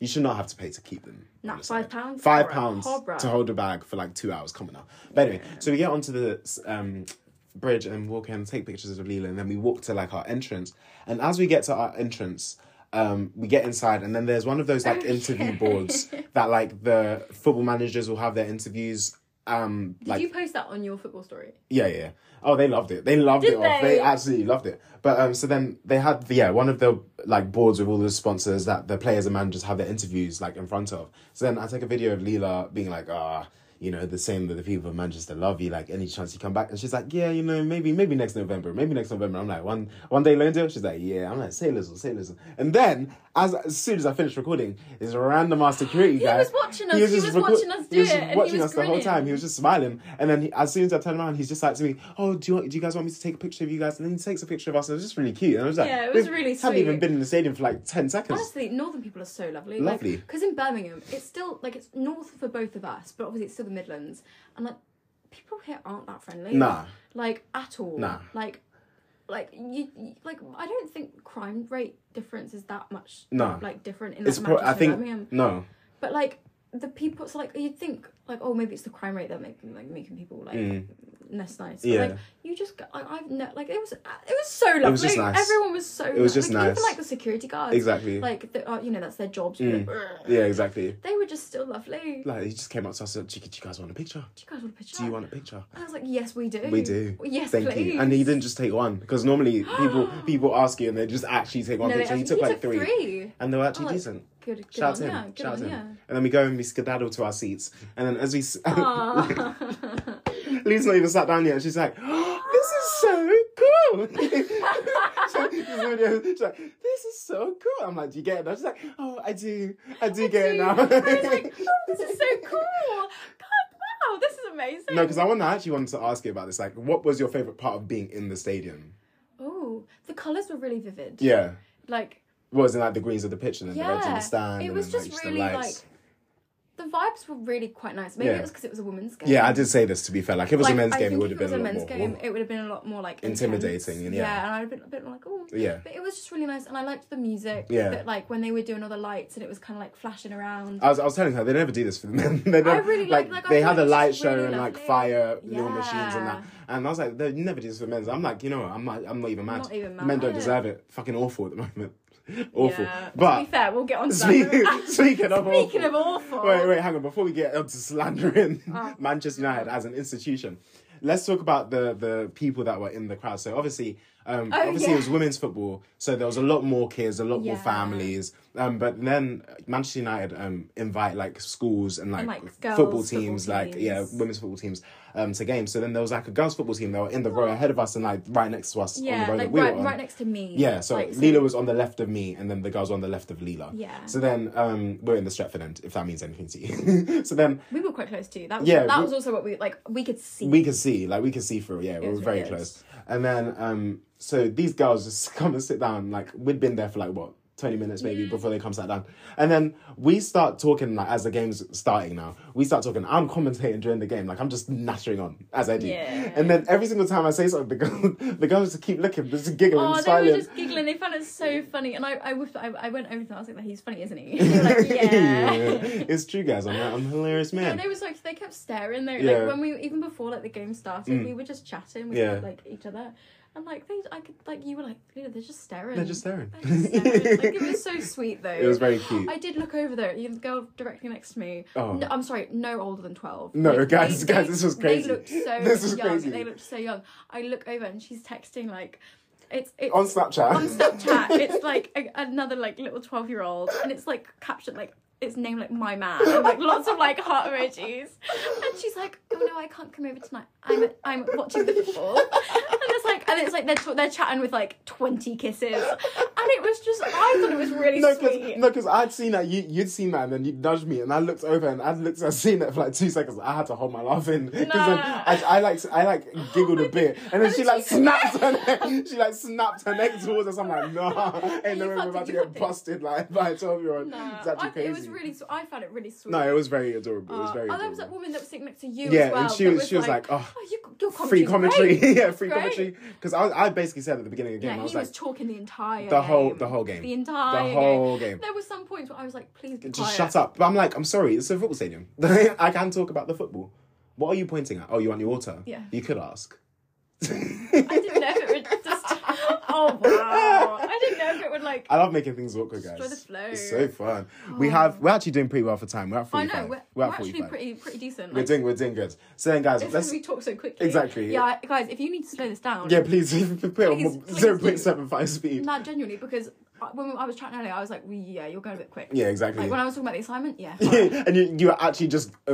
S1: you should not have to pay to keep them.
S2: Nah,
S1: I'm just
S2: five
S1: saying.
S2: pounds?
S1: Five
S2: Horror,
S1: pounds
S2: horror.
S1: to hold a bag for like two hours. Come on now. But anyway, so we get onto the um, bridge and walk in, take pictures of Leela, and then we walk to like our entrance. And as we get to our entrance. Um, we get inside and then there's one of those like interview boards that like the football managers will have their interviews um
S2: Did
S1: like
S2: you post that on your football story?
S1: yeah, yeah. Oh, they loved it. They loved
S2: Did
S1: it. Off. They
S2: they?
S1: absolutely loved it. But um, so then they had yeah one of the like boards with all the sponsors that the players and managers have their interviews like in front of. So then I take a video of Leela being like, ah, you know, the same that the people of Manchester love you. Like any chance you come back, and she's like, yeah, you know, maybe maybe next November, maybe next November. I'm like one one day loan deal. She's like, yeah. I'm like, say listen, say listen. And then as as soon as I finished recording, this random ass security guy
S2: was watching us. He was
S1: reco-
S2: watching us do
S1: he was
S2: it,
S1: just
S2: and he
S1: watching
S2: was
S1: us the whole
S2: grinning.
S1: time. He was just smiling. And then he, as soon as I turned around, he's just like to me, "Oh, do you want, do you guys want me to take a picture of you guys?" And then he takes a picture of us, and it was just really cute. And I was like,
S2: Yeah, it was
S1: "We
S2: really
S1: Haven't even
S2: sweet."
S1: been in the stadium for like ten seconds.
S2: Honestly, northern people are so lovely.
S1: Lovely.
S2: Because in Birmingham, it's still like it's north for both of us, but obviously it's still the Midlands, and like people here aren't that friendly.
S1: Nah.
S2: Like at all.
S1: Nah.
S2: Like. Like you, you- like I don't think crime rate difference is that much.
S1: Nah.
S2: like different in like,
S1: it's pro- I
S2: Manchester and Birmingham.
S1: think no,
S2: But like the people, it's like you'd think like oh maybe it's the crime rate that making like making people like less nice. But,
S1: Mm. Yeah.
S2: Like you just go- like I've no, like it was it was so lovely.
S1: was just nice.
S2: Everyone was so. It
S1: was just
S2: like,
S1: nice.
S2: Even like the security guards.
S1: Exactly. Mm.
S2: Like the, uh, you know that's their jobs.
S1: yeah, exactly.
S2: They were just still lovely.
S1: Like he just came up to us and said, "Do you guys want a picture?
S2: do you guys want a picture?
S1: Do you want a picture?"
S2: And I was like yes we do.
S1: We do.
S2: Yes
S1: Thank
S2: please.
S1: you. And he didn't just take one because normally
S2: <gasps>
S1: people people ask you and they just actually take one
S2: No,
S1: picture.
S2: they
S1: He took
S2: actually-
S1: like three. and they were actually
S2: Oh, like,
S1: decent.
S2: Good, good
S1: Shout out
S2: on,
S1: to him.
S2: Yeah, good
S1: Shout out
S2: on,
S1: to him.
S2: yeah.
S1: And then we go and we skedaddle to our seats. And then as we. s- <laughs>
S2: Aw. <laughs>
S1: Lee's not even sat down yet. She's like, "Oh, this is so cool. <laughs> she's, really- she's like, this is so cool. I'm like, do you get it now? She's like, oh, I do. I do get it now.
S2: I
S1: <laughs>
S2: was like, oh, this is so cool. God, wow, this is amazing.
S1: no, because I, want, I actually wanted to ask you about this. Like, what was your favorite part of being in the stadium?
S2: Oh, the colours were really vivid.
S1: Yeah.
S2: Like
S1: What was it like the greens of the pitch and then the reds on
S2: Yeah.
S1: the stand?
S2: It
S1: and
S2: was
S1: then,
S2: just really,
S1: the
S2: like, the vibes were really quite nice. Maybe
S1: Yeah.
S2: it was because it was a women's game.
S1: yeah, I did say this to be fair. Like, if it was
S2: Like,
S1: a men's
S2: I
S1: game, it
S2: think
S1: would have
S2: if
S1: been a
S2: was
S1: lot
S2: men's
S1: more.
S2: game, it would have been a lot more like
S1: Intimidating,
S2: intense.
S1: yeah.
S2: and I'd have been a bit like, oh,
S1: Yeah.
S2: But it was just really nice, and I liked the music.
S1: Yeah.
S2: But like when they were doing all the lights, and it was kind of like flashing around.
S1: I was, I was telling her they never do this for the men. <laughs> they don't,
S2: really
S1: like,
S2: like- like, I
S1: they
S2: thought
S1: had the
S2: it was
S1: light
S2: just
S1: show
S2: really
S1: and like
S2: lovely.
S1: fire little machines and that.
S2: Yeah.
S1: And I was like, they never do this for men. I'm like, you know, what? I'm not, I'm not even mad.
S2: Not even
S1: Men don't
S2: mad.
S1: deserve it. Fucking awful at the moment. <laughs> awful. <laughs>
S2: Yeah. to
S1: But
S2: be fair, <laughs> we'll get on to
S1: speaking,
S2: that.
S1: speaking of awful,
S2: Speaking of awful,
S1: wait, wait, hang on. Before we get onto
S2: <laughs>
S1: slandering
S2: Oh.
S1: Manchester United as an institution, let's talk about the the people that were in the crowd. So obviously, um,
S2: Oh,
S1: obviously it
S2: yeah.
S1: was women's football, so there was a lot more kids, a lot more
S2: Yeah.
S1: families. Um, but then Manchester United um invite like schools and like,
S2: like, girls'
S1: football
S2: football
S1: teams, like yeah,
S2: teams.
S1: women's football teams um to games. So then there was like a girls' football team that were in the row ahead of us and like right next to us on the
S2: yeah,
S1: row
S2: like
S1: that we
S2: right,
S1: were on.
S2: right next to me.
S1: Yeah, so
S2: Like,
S1: Leela was on the left of me, and then the girls were on the left of Leela.
S2: Yeah.
S1: So then um, we're in the Stretford end, if that means anything to you. <laughs> so then
S2: we were quite close too. That was,
S1: Yeah,
S2: that
S1: we-
S2: was also what we like. We could see.
S1: we could see, like we could see through. Yeah, we
S2: was
S1: were very
S2: really good.
S1: close. And then um, so these girls just <laughs> come and sit down. Like we'd been there for like what. 20 minutes maybe before they come sat down. And then we start talking like as the game's starting now. We start talking. I'm commentating during the game. Like I'm just nattering on as I do.
S2: Yeah.
S1: And then every single time I say something, the girls, <laughs> the girls just keep looking, just giggling,
S2: Oh, they
S1: smiling.
S2: were just giggling. They found it so funny, and I, I, whiffed, I, I went over to them. I was like, "He's funny,
S1: <laughs>
S2: isn't he?" They were like, <laughs> yeah.
S1: It's true, guys. I'm, I'm a hilarious man.
S2: And they was like, they kept staring. They
S1: Yeah. Mm.
S2: like when we even before like the game started, we were just chatting with
S1: Yeah.
S2: like each other, and like they, I could like you were like, you know, they're just staring.
S1: They're just staring.
S2: They're just staring. like it
S1: <laughs>
S2: was so sweet though.
S1: It was very cute.
S2: I did look over there. You the girl directly next to me.
S1: Oh.
S2: No, I'm sorry, no older than twelve.
S1: No,
S2: Like,
S1: guys,
S2: they-
S1: guys, <laughs>
S2: they-
S1: this was
S2: They
S1: crazy.
S2: looked so
S1: This was
S2: young.
S1: crazy.
S2: They looked so young. I look over and she's texting like. It's it's
S1: on Snapchat.
S2: on Snapchat. it's like a, another like little twelve year old, and it's like captioned like it's named like my man, and like lots of like heart emojis. And she's like, oh no, I can't come over tonight. I'm I'm watching the football. And it's like and it's like they're t- they're chatting with like twenty kisses, and it was just I thought it was really
S1: No,
S2: sweet.
S1: because no, because I'd seen that you you'd seen that and then you nudged me and I looked over and I looked I'd seen it for like two seconds. I had to hold my laugh in <laughs> because then
S2: No.
S1: I, I like I like giggled a bit and then
S2: And
S1: she
S2: then
S1: like
S2: she-
S1: snapped her neck. She like snapped her neck towards us. I'm like, nah, ain't no way
S2: You
S1: we're about
S2: fucking
S1: to get
S2: got it.
S1: busted like by a twelve year old.
S2: No,
S1: It's actually
S2: I-
S1: crazy.
S2: it was really. Su- I found it really sweet.
S1: no, it was very adorable. it was
S2: Uh,
S1: very.
S2: oh,
S1: Adorable.
S2: there was that woman that was sitting next to you
S1: yeah,
S2: as well.
S1: and she
S2: that
S1: was she was like, oh.
S2: oh, you, your
S1: Free
S2: commentary's
S1: commentary,
S2: great."
S1: <laughs> yeah, free
S2: Great.
S1: commentary. Because I, I basically said at the beginning of the game,
S2: Yeah,
S1: I was
S2: he
S1: like,
S2: was talking the entire
S1: the whole,
S2: game.
S1: the whole game,
S2: the
S1: the
S2: entire game.
S1: whole game.
S2: There were some points where I was like, please be
S1: Just
S2: quiet.
S1: shut up. But I'm like, I'm sorry, it's a football stadium. <laughs> I can talk about the football. What are you pointing at? Oh, you want your water?
S2: Yeah.
S1: You could
S2: <laughs>
S1: ask. <laughs>
S2: I didn't know if it would just. Oh wow! I didn't know if it would like.
S1: I love making things awkward, guys.
S2: Enjoy the flow.
S1: It's so fun. We have we're actually doing pretty well for time. We're at
S2: I
S1: 45.
S2: know we're,
S1: We're
S2: we're
S1: at
S2: actually
S1: 45.
S2: pretty pretty decent.
S1: We're
S2: Like,
S1: doing we're doing good. So then, guys,
S2: it's
S1: let's
S2: because we talk so quickly.
S1: Exactly,
S2: Yeah, guys, if you need to slow this down.
S1: <laughs> yeah, please <laughs> put it on
S2: Please, please
S1: zero point seven five speed.
S2: Not genuinely because I- when I was chatting earlier, I was like, well, yeah, you're going a bit quick.
S1: Yeah, exactly.
S2: Like when I was talking about the assignment, yeah.
S1: <laughs> and you, you were actually just <laughs>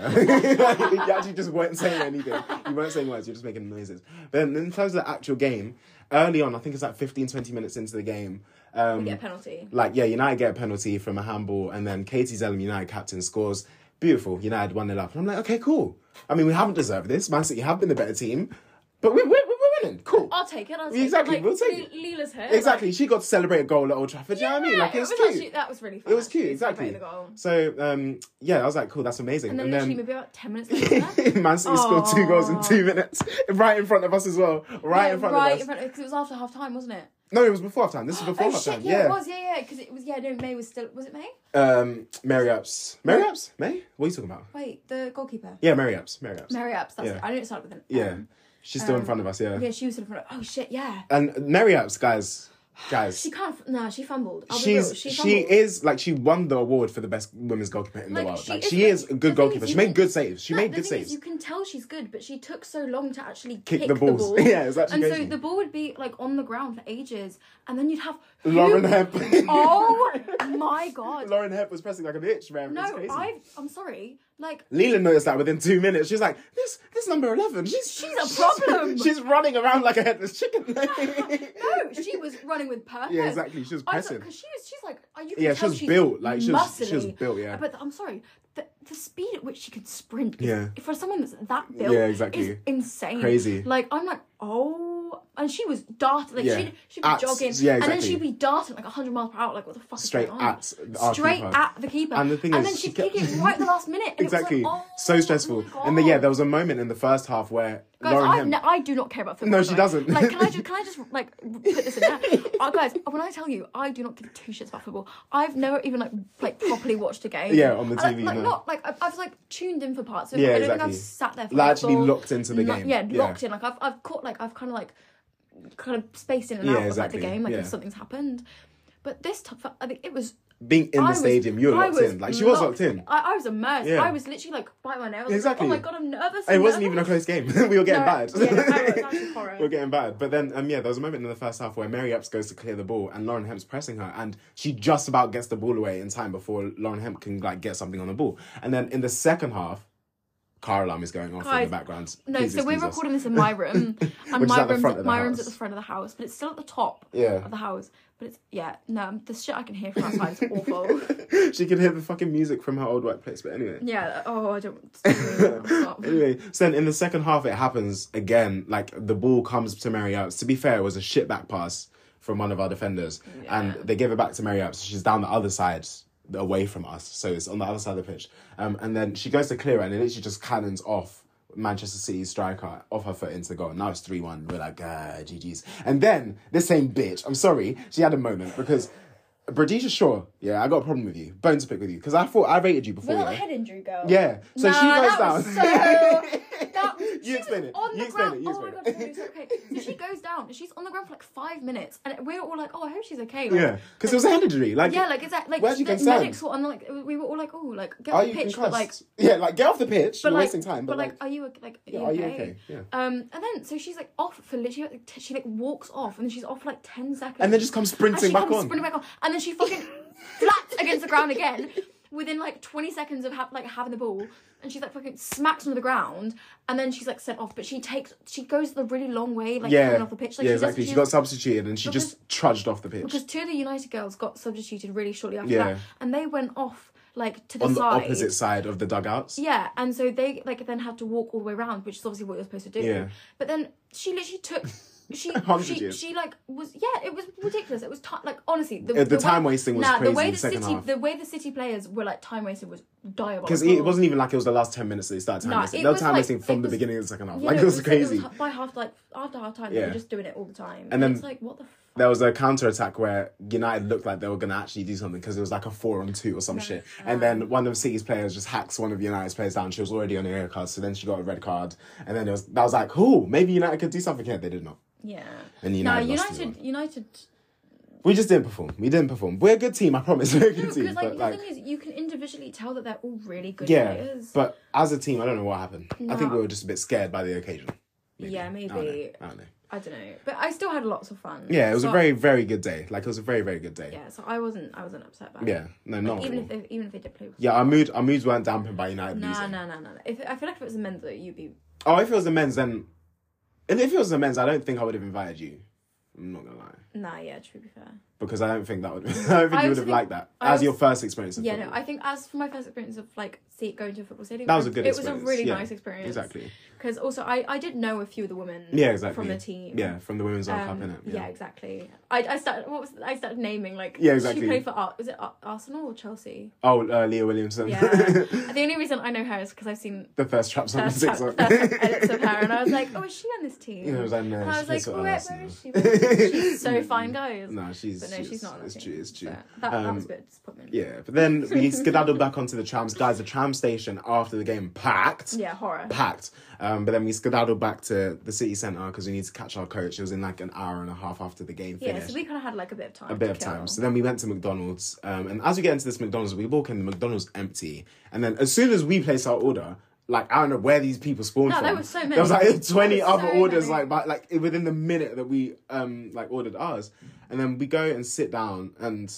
S1: you actually just weren't saying anything. You weren't saying words. You're just making noises. Then in terms of the actual game, early on, I think it's like 15, 20 minutes into the game. Um,
S2: Get a penalty.
S1: like yeah, United get a penalty from a handball, and then Katie Zellum, United captain, scores. Beautiful, United one 0 up, and I'm like, okay, cool. I mean, we haven't deserved this. Man City have been the better team, but we, we, we, we're winning. Cool.
S2: I'll take it. I'll take
S1: Exactly,
S2: It.
S1: we'll take it.
S2: Leela's here.
S1: Exactly. She got to celebrate a goal at Old Trafford. Do you know what I mean? Like
S2: it
S1: it's
S2: was
S1: cute.
S2: actually- that was really fun.
S1: It was cute,
S2: actually,
S1: exactly.
S2: celebrating The goal.
S1: So um, yeah, I was like, cool, that's amazing.
S2: And then
S1: And
S2: literally
S1: then
S2: maybe about ten minutes
S1: <laughs>
S2: later.
S1: Man City scored two goals in
S2: Aw.
S1: two minutes, right in front of us as well, right
S2: Yeah,
S1: in front
S2: right
S1: of us.
S2: in front because it was after half time, wasn't it?
S1: No, it was before half time. This is before
S2: oh
S1: half
S2: shit!
S1: time.
S2: Yeah, it
S1: Yeah.
S2: was. Yeah, yeah, because it was. Yeah, no, May was still. Was it May?
S1: Um, Mary Ups. Mary Ups. May. What are you talking about?
S2: Wait, the goalkeeper.
S1: Yeah, Mary Ups. Mary Ups.
S2: Mary Apps. That's
S1: Yeah.
S2: it. I know it started with an.
S1: Yeah, she's still in
S2: Um,
S1: front of us. Yeah.
S2: Yeah, she was in front of. Oh shit! Yeah.
S1: And Mary Ups, guys, guys.
S2: She can't. Nah, she fumbled. I'll be real.
S1: She's
S2: She
S1: she,
S2: fumbled.
S1: is like she won the award for the best women's goalkeeper in
S2: Like,
S1: the world.
S2: she
S1: like
S2: is
S1: she
S2: really-
S1: is a
S2: the
S1: good
S2: thing
S1: goalkeeper.
S2: is,
S1: She
S2: you
S1: made
S2: can-
S1: good saves. She
S2: No,
S1: made
S2: the
S1: good
S2: thing is,
S1: saves.
S2: you can tell she's good, but she took so long to actually
S1: Kick
S2: kick,
S1: the
S2: the,
S1: balls. <laughs>
S2: ball.
S1: Yeah, it's actually
S2: and
S1: crazy.
S2: so the ball would be like on the ground for ages, and then you'd have who-
S1: Lauren Hepburn.
S2: <laughs> Oh my
S1: <laughs>
S2: god!
S1: Lauren Hep was pressing like a bitch, man. it's
S2: No,
S1: crazy.
S2: I. I'm sorry. Like
S1: Leland noticed that within two minutes. She's like, this this number 11, she's,
S2: She's a problem.
S1: <laughs> She's, running around like a headless
S2: <laughs>
S1: chicken. <laughs>
S2: no, she was running with purpose.
S1: Yeah, exactly. She was pressing.
S2: Because she was, she's like, oh, you can
S1: Yeah, she
S2: tell
S1: was
S2: she's
S1: built, like, she was-
S2: muscly.
S1: she was built, yeah.
S2: But I'm sorry, the, the speed at which she could sprint, is,
S1: Yeah.
S2: for someone that's that built,
S1: Yeah, exactly.
S2: is insane,
S1: Crazy.
S2: Like I'm like, oh, and she was darting, like
S1: Yeah.
S2: she'd, she'd be
S1: At-
S2: jogging,
S1: yeah,
S2: and then
S1: exactly.
S2: she'd be darting like 100 miles per hour, like what the fuck
S1: Straight
S2: is going on?
S1: at our
S2: straight
S1: keeper.
S2: at the keeper,
S1: And the thing is,
S2: then
S1: she
S2: she'd
S1: kept-
S2: kick it right at the last minute, and
S1: exactly.
S2: It was like, oh,
S1: so stressful.
S2: my
S1: and then, yeah,
S2: God.
S1: there was a moment in the first half where
S2: Guys,
S1: Lauren
S2: I,
S1: Hemp.
S2: no, I do not care about football.
S1: No, she
S2: sorry.
S1: doesn't.
S2: Like, can
S1: <laughs>
S2: I just can I just like put this in there? Uh, guys, when I tell you, I do not give two shits about football. I've never even like like properly watched a game.
S1: Yeah, on the
S2: I, like,
S1: TV,
S2: Like,
S1: no.
S2: Not like I've, I've like tuned in for parts. Of it.
S1: Yeah,
S2: I don't
S1: exactly.
S2: think I've sat there. For
S1: Like,
S2: the
S1: actually
S2: full
S1: locked into the
S2: ni-
S1: game.
S2: Yeah,
S1: Yeah.
S2: locked in. Like I've I've caught like I've kind of like kind of spaced in and
S1: Yeah,
S2: out
S1: exactly,
S2: of like, the game. Like
S1: yeah.
S2: if something's happened. But this time, I think it was
S1: being in
S2: I
S1: the
S2: was-
S1: stadium, you were
S2: I
S1: locked in. Like, she was locked in.
S2: I, I was immersed.
S1: Yeah.
S2: I was literally like bite my nails. I was like,
S1: Exactly.
S2: oh my god, I'm nervous.
S1: It
S2: I'm
S1: wasn't
S2: nervous.
S1: even a close game. <laughs> we were getting
S2: No,
S1: bad.
S2: yeah, no, it
S1: <laughs>
S2: was actually horror.
S1: we were getting bad. But then, um, yeah, there was a moment in the first half where Mary Epps goes to clear the ball and Lauren Hemp's pressing her, and she just about gets the ball away in time before Lauren Hemp can like get something on the ball. And then in the second half, car alarm is going off in
S2: Guys,
S1: the background.
S2: No,
S1: Please
S2: so we're
S1: excuse us.
S2: recording this in my room, and
S1: Which is
S2: my
S1: at the
S2: room's
S1: front of the
S2: my room's at
S1: house.
S2: the front of the house, but it's still at the top
S1: Yeah.
S2: of the house. But it's yeah, no, the shit I can hear from outside
S1: <laughs>
S2: is awful.
S1: <laughs> she could hear the fucking music from her old workplace. But anyway.
S2: yeah, oh, I don't.
S1: <laughs>
S2: Stop.
S1: Anyway, so then in the second half, it happens again. Like the ball comes to Mary Ups. To be fair, it was a shit back pass from one of our defenders, and they give it back to Mary Ups. She's down the other side, away from us, so it's on the other side of the pitch. Um, and then she goes to clear it, and it literally just cannons off Manchester City's striker off her foot into the goal. Now it's three one. We're like, ah, GGs. And then this same bitch. I'm sorry, she had a moment because. Bradisha Shaw, yeah, I got a problem with you. Bone to pick with you because I thought I rated you before.
S2: Well,
S1: yeah.
S2: head injury, girl.
S1: Yeah. So
S2: nah,
S1: she goes
S2: that
S1: down. <laughs>
S2: Was so, that down.
S1: You
S2: She was
S1: explain it.
S2: On
S1: You
S2: the
S1: explain
S2: ground.
S1: it. You
S2: oh my
S1: explain
S2: god,
S1: it.
S2: Chloe's okay. So she goes down. and She's on the ground for like five minutes, and we're all like, "Oh, I hope she's okay." Like,
S1: Yeah, because it was a hand injury. Like,
S2: Yeah, like it's like, like
S1: Where'd you
S2: the
S1: get sand?
S2: medics were on like we were all like, "Oh, like get
S1: are
S2: off
S1: you
S2: the pitch," but like,
S1: concussed? yeah, like get off the pitch.
S2: but
S1: You're
S2: like,
S1: wasting time. But, like,
S2: are you okay- like,
S1: yeah,
S2: are you okay?
S1: Yeah.
S2: Um, and then so she's like off for literally like, t- she like walks off, and then she's off for like ten seconds,
S1: And then just comes
S2: and
S1: sprinting
S2: she
S1: back
S2: comes
S1: on.
S2: sprinting back on, and then she fucking <laughs> flat against the ground again within like 20 seconds of ha- like having the ball and she's like fucking smacks onto the ground and then she's like sent off but she takes she goes the really long way like
S1: yeah.
S2: coming off the pitch like
S1: yeah,
S2: she
S1: exactly.
S2: does,
S1: She got substituted and she just trudged off the pitch.
S2: because two of the United girls got substituted really shortly after
S1: Yeah.
S2: that and they went off like to the
S1: on the
S2: side
S1: opposite side of the dugouts.
S2: yeah, and so they like then had to walk all the way around, which is obviously what you're supposed to do.
S1: Yeah.
S2: But then she literally took
S1: <laughs>
S2: she
S1: Hundred
S2: she,
S1: years.
S2: she like was yeah, it was ridiculous. It was ti like honestly the,
S1: the time wasting was
S2: nah,
S1: crazy
S2: The way
S1: in
S2: the
S1: the second
S2: city
S1: half.
S2: the way the city players were like time wasting was diabolical.
S1: Because it wasn't even like it was the last 10 minutes that they started time
S2: Nah,
S1: wasting.
S2: it
S1: They were
S2: was
S1: time
S2: like-
S1: wasting from the
S2: it was-
S1: beginning of the second half.
S2: You
S1: like,
S2: know,
S1: it was
S2: like-
S1: crazy.
S2: It was by half like after half time they
S1: Yeah.
S2: were just doing it all the time. And,
S1: then-
S2: it's like what the fuck?
S1: there was a counter attack where United looked like they were gonna actually do something because it was like a four on two or some shit. And then one of City's players just hacks one of United's players down. She was already on a yellow card, so then she got a red card. And then it was that was like, cool, maybe United could do something here. They did not.
S2: Yeah.
S1: And
S2: No,
S1: United, lost
S2: United
S1: 2-1. <laughs>
S2: United
S1: We just didn't perform. We didn't perform. We're a good team, I promise. <laughs> We're a good team.
S2: because like
S1: but
S2: the
S1: like
S2: thing is you can individually tell that they're all really good
S1: yeah,
S2: players.
S1: but as a team, I don't know what happened. I think
S2: Nah.
S1: we were just a bit scared by the occasion.
S2: Yeah,
S1: I don't know.
S2: maybe.
S1: I don't know.
S2: I don't know. But I still had lots of fun.
S1: Yeah, it was
S2: So-
S1: a very, very good day. Like it was a very, very good day.
S2: Yeah, so I wasn't I wasn't upset by it.
S1: Yeah, no, not at
S2: Even
S1: all.
S2: if they, even if they did play. with-
S1: Yeah, our mood, our moods weren't dampened by United
S2: No,
S1: losing.
S2: no, no, no. no. If I feel like if it was a men's, though, you'd be.
S1: Oh, if it was the men's, then and if it was the men's, I don't think I would have invited you. I'm not gonna lie,
S2: Nah, yeah, to be fair.
S1: because I don't think that would. <laughs> I don't think
S2: I
S1: you would
S2: also
S1: have
S2: think-
S1: liked that
S2: I
S1: as your
S2: also-
S1: first experience. Of
S2: Yeah, no.
S1: football.
S2: I think as for my first experience of like see going to a football stadium,
S1: that was a good.
S2: It
S1: experience.
S2: was a really
S1: Yeah,
S2: nice experience.
S1: Exactly.
S2: Because also, I I did know a few of the women.
S1: Yeah, exactly.
S2: From the team.
S1: Yeah, from the women's World
S2: Um,
S1: Cup, innit?
S2: yeah. exactly. I, I started what was I started naming like
S1: Yeah, exactly.
S2: she played for Ar- was it Ar- Arsenal
S1: <laughs>
S2: or Chelsea?
S1: Oh, uh, Leah Williamson.
S2: Yeah. the only reason I know her is because I've seen
S1: <laughs> the first trap song.
S2: first, first edits of her, and I was like, oh, is she on this team?
S1: Yeah, I was like, no,
S2: And I
S1: she
S2: was
S1: plays
S2: like,
S1: for
S2: where, where
S1: us
S2: is she?
S1: now.
S2: She's
S1: <laughs>
S2: so fine, guys.
S1: No, she's.
S2: but no, she's, not. on the
S1: It's
S2: team.
S1: true. It's true.
S2: But That, that
S1: Um,
S2: was a bit of a disappointment.
S1: Yeah, but then we skedaddled
S2: <laughs>
S1: back onto the trams. Guys, the tram station after the game packed.
S2: Yeah, horror.
S1: Packed. Um, but then we skedaddled back to the city centre because we need to catch our coach. It was in like an hour and a half after the game
S2: Yeah,
S1: finished.
S2: so we kind of had like a bit of time.
S1: a bit of time. So then we went to McDonald's. Um, and as we get into this McDonald's, we walk in, the McDonald's empty. And then as soon as we place our order, like I don't know where these people spawned
S2: No,
S1: from.
S2: there were so many.
S1: There was like twenty
S2: There were
S1: other
S2: so
S1: orders,
S2: many.
S1: like by, like within the minute that we um like ordered ours, and then we go and sit down. And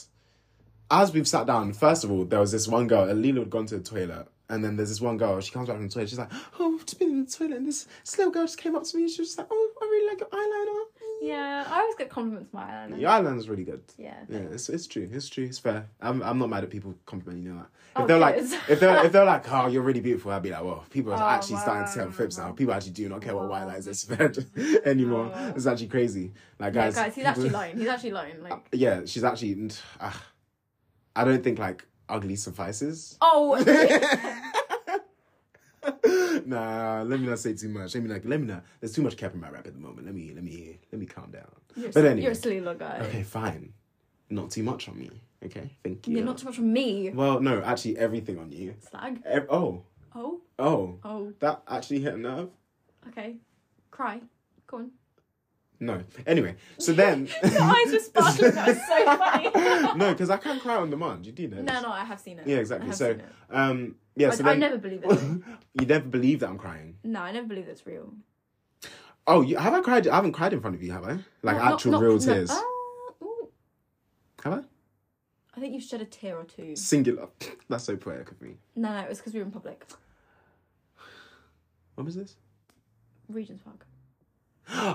S1: as we've sat down, first of all, there was this one girl. Alila had gone to the toilet, and then there's this one girl. She comes back from the toilet. She's like, "Oh, I've just been in the toilet, and this, this little girl just came up to me. and She was just like, "Oh, I really like your eyeliner.
S2: Yeah, I always get compliments from my eyeliner.
S1: Your eyeliner's really good."
S2: Yeah.
S1: Yeah, it's, it's true. It's true. It's fair. I'm, I'm not mad at people complimenting you on that. If
S2: Oh,
S1: they're like
S2: yes.
S1: if they're if they're
S2: <laughs>
S1: like, oh, you're really beautiful, I'd be like, well, people are
S2: Oh,
S1: actually starting to
S2: wow.
S1: tell flips now. People actually do not care what white lies is fed <laughs> anymore.
S2: Oh.
S1: It's actually crazy. Like
S2: Yeah,
S1: guys,
S2: guys, he's
S1: people- <laughs>
S2: actually lying. He's actually lying. Like,
S1: Yeah, she's actually. <sighs> Uh, I don't think like ugly
S2: <laughs>
S1: suffices. <laughs>
S2: oh,
S1: nah, let me not say too much. Let me like let me not. There's too much cap in my rap at the moment. Let me let me let me calm down.
S2: you're,
S1: But
S2: but
S1: anyway.
S2: you're a silly little guy.
S1: Okay, fine. Not too much on me. Okay, thank you.
S2: You're not too much on me.
S1: Well, no, actually, everything on you.
S2: Slag.
S1: Ev- oh,
S2: Oh,
S1: oh,
S2: oh,
S1: that actually hit a nerve.
S2: okay. Cry.
S1: <laughs>
S2: Go on.
S1: No. Anyway, so then, <laughs>
S2: Your eyes were sparkling. That was so funny.
S1: no, because I can't cry on demand. You do know.
S2: no, no, I have seen it.
S1: Yeah,
S2: I
S1: exactly.
S2: have
S1: So,
S2: seen it.
S1: um, yeah.
S2: I,
S1: so
S2: I
S1: then, <laughs>
S2: never believe it.
S1: you never believe that I'm crying.
S2: No, I never believe it's real.
S1: Oh, you, have I cried? I haven't cried in front of you, have I? Like
S2: Not-
S1: actual
S2: not-
S1: real
S2: not-
S1: tears.
S2: uh, ooh,
S1: Have I?
S2: I think you shed a tear or two.
S1: Singular. That's so poetic of me.
S2: No, no, it was because we were in public.
S1: What was this?
S2: Regent's Park.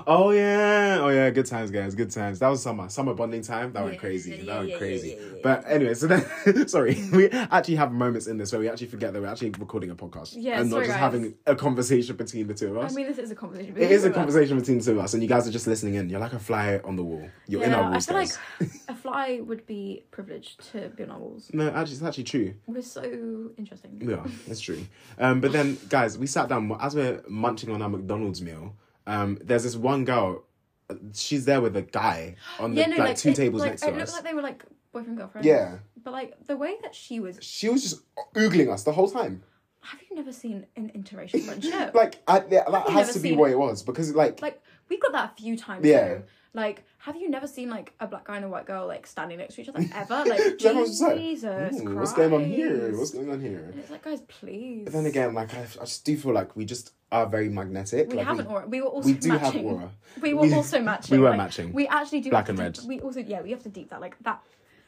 S1: Oh yeah, oh yeah, good times, guys, good times. That was summer, summer bonding time. That went
S2: Yeah,
S1: crazy.
S2: yeah,
S1: that went
S2: yeah, yeah,
S1: crazy.
S2: yeah, yeah.
S1: But anyway, so then, <laughs> sorry, we actually have moments in this where we actually forget that we're actually recording a podcast
S2: Yeah,
S1: and not
S2: sorry,
S1: just
S2: guys.
S1: having a conversation between the two of
S2: I
S1: us.
S2: mean, this is a conversation.
S1: it
S2: <laughs>
S1: is a conversation between the two of us, and you guys are just listening in. You're like a fly on the wall. You're in
S2: Yeah,
S1: our
S2: I
S1: walls,
S2: feel
S1: guys.
S2: like a fly would be privileged to be on our walls.
S1: No, actually, it's actually true.
S2: We're so interesting.
S1: We are. That's true. Um, but then, guys, we sat down as we're munching on our McDonald's meal. Um, there's this one girl. uh, She's there with a guy on the
S2: Yeah, no,
S1: like,
S2: like
S1: two
S2: it-
S1: tables
S2: like,
S1: next
S2: it
S1: to
S2: looked
S1: us.
S2: like they were like boyfriend girlfriend.
S1: Yeah.
S2: But like the way that she was,
S1: she was just oogling us the whole time.
S2: have you never seen an
S1: <laughs>
S2: interracial friendship?
S1: Like, I, yeah, that
S2: I've
S1: has
S2: never
S1: to be
S2: seen
S1: what it was because, like,
S2: like we got that a few times.
S1: Yeah.
S2: though. Like, have you never seen like a black guy and a white girl like standing next to each other ever?
S1: <laughs>
S2: Like,
S1: Everyone's
S2: Jesus
S1: just like,
S2: Christ.
S1: "Ooh, hmm, what's going on here? What's going on here?
S2: And it's like, guys, please.
S1: But then again, like, I, I just do feel like we just are very magnetic.
S2: we
S1: like,
S2: have an aura. We were also
S1: We do have
S2: matching.
S1: aura.
S2: <laughs> We were
S1: We-
S2: also matching.
S1: we were
S2: like,
S1: matching.
S2: We actually do.
S1: Black
S2: have to
S1: and
S2: deep-
S1: red.
S2: We also, yeah, we have to deep that like
S1: <laughs>
S2: that.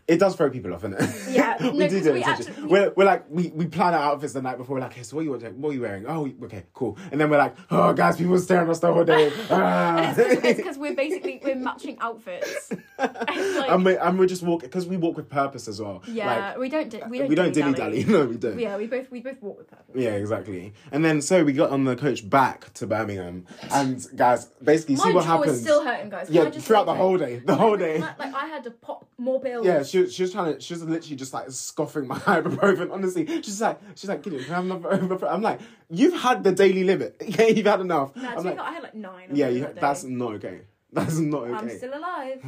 S1: It does throw people off, innit? <laughs>
S2: Yeah,
S1: we
S2: no,
S1: do
S2: 'cause
S1: do it
S2: we
S1: intentionally.
S2: actually-
S1: we're, we're like, we, we plan our outfits the night before. We're like, okay, so what are you, wearing? what are you wearing? Oh, okay, cool. And then we're like, oh, guys, people are staring at us the whole
S2: <laughs>
S1: day. Ah.
S2: It's because we're basically we're matching outfits. <laughs> It's
S1: <laughs>
S2: like-
S1: and, we, and we're just walking, because we walk with purpose as well.
S2: Yeah, we don't. di- We
S1: Like,
S2: don't.
S1: we don't dilly
S2: dilly-dally.
S1: dally. <laughs> No, we don't.
S2: <laughs> Yeah, we both we both walk with purpose.
S1: Yeah, exactly. And then so we got on the coach back to Birmingham, and guys, basically
S2: My
S1: see what
S2: jaw
S1: happens.
S2: is still hurting, guys. Can
S1: yeah,
S2: I just
S1: throughout
S2: say
S1: the whole day, the whole day.
S2: Like, like, I had to pop more pills.
S1: <laughs> Yeah, she, she was trying to. She was literally just like scoffing my <laughs> ibuprofen. Honestly, she's like, she's like, Gideon, can I have another <laughs> ibuprofen? I'm like, you've had the daily limit. <laughs> Yeah, you've had enough.
S2: Nah, to
S1: I'm
S2: be
S1: like,
S2: fair, I had like nine.
S1: yeah,
S2: on
S1: you,
S2: that day.
S1: that's not okay. That's not okay.
S2: I'm
S1: <sighs>
S2: still alive.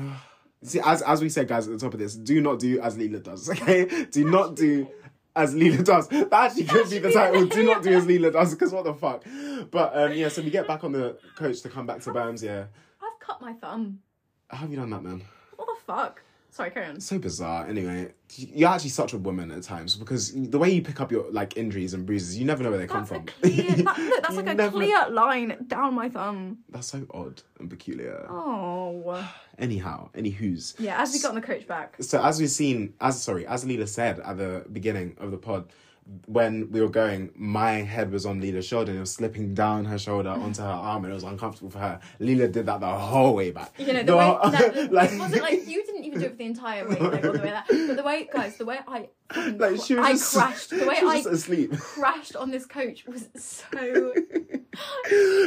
S1: See, as as we said, guys, at the top of this, do not do as Leela does. <laughs> Okay, do not do as Leela does. That actually could be the title. Do not do as Leela does, because what the fuck. But um, yeah, so we get back on the coach to come back to Berms. Yeah,
S2: I've cut my thumb.
S1: how have you done that, man?
S2: What the fuck? Sorry, Karen.
S1: So bizarre. Anyway, you're actually such a woman at times because the way you pick up your like injuries and bruises, you never know where they
S2: That's a
S1: come from. <laughs>
S2: clear. That, look, that's
S1: You
S2: like a
S1: never-
S2: clear line down my thumb.
S1: That's so odd and peculiar.
S2: Oh.
S1: Anyhow, anywho's.
S2: Yeah, as we got on the coach back.
S1: so as we've seen as sorry as Leela said at the beginning of the pod when we were going my head was on Leela's shoulder and it was slipping down her shoulder onto her arm and it was uncomfortable for her Leela did that the whole way back
S2: You know, the
S1: No,
S2: way
S1: <laughs>
S2: that, it wasn't like you didn't even do it for the entire way, like all the way there. But the way, guys, the way I fucking
S1: like she was
S2: I
S1: just,
S2: crashed. The way
S1: she was
S2: I
S1: just asleep
S2: crashed on this coach was
S1: <laughs>
S2: so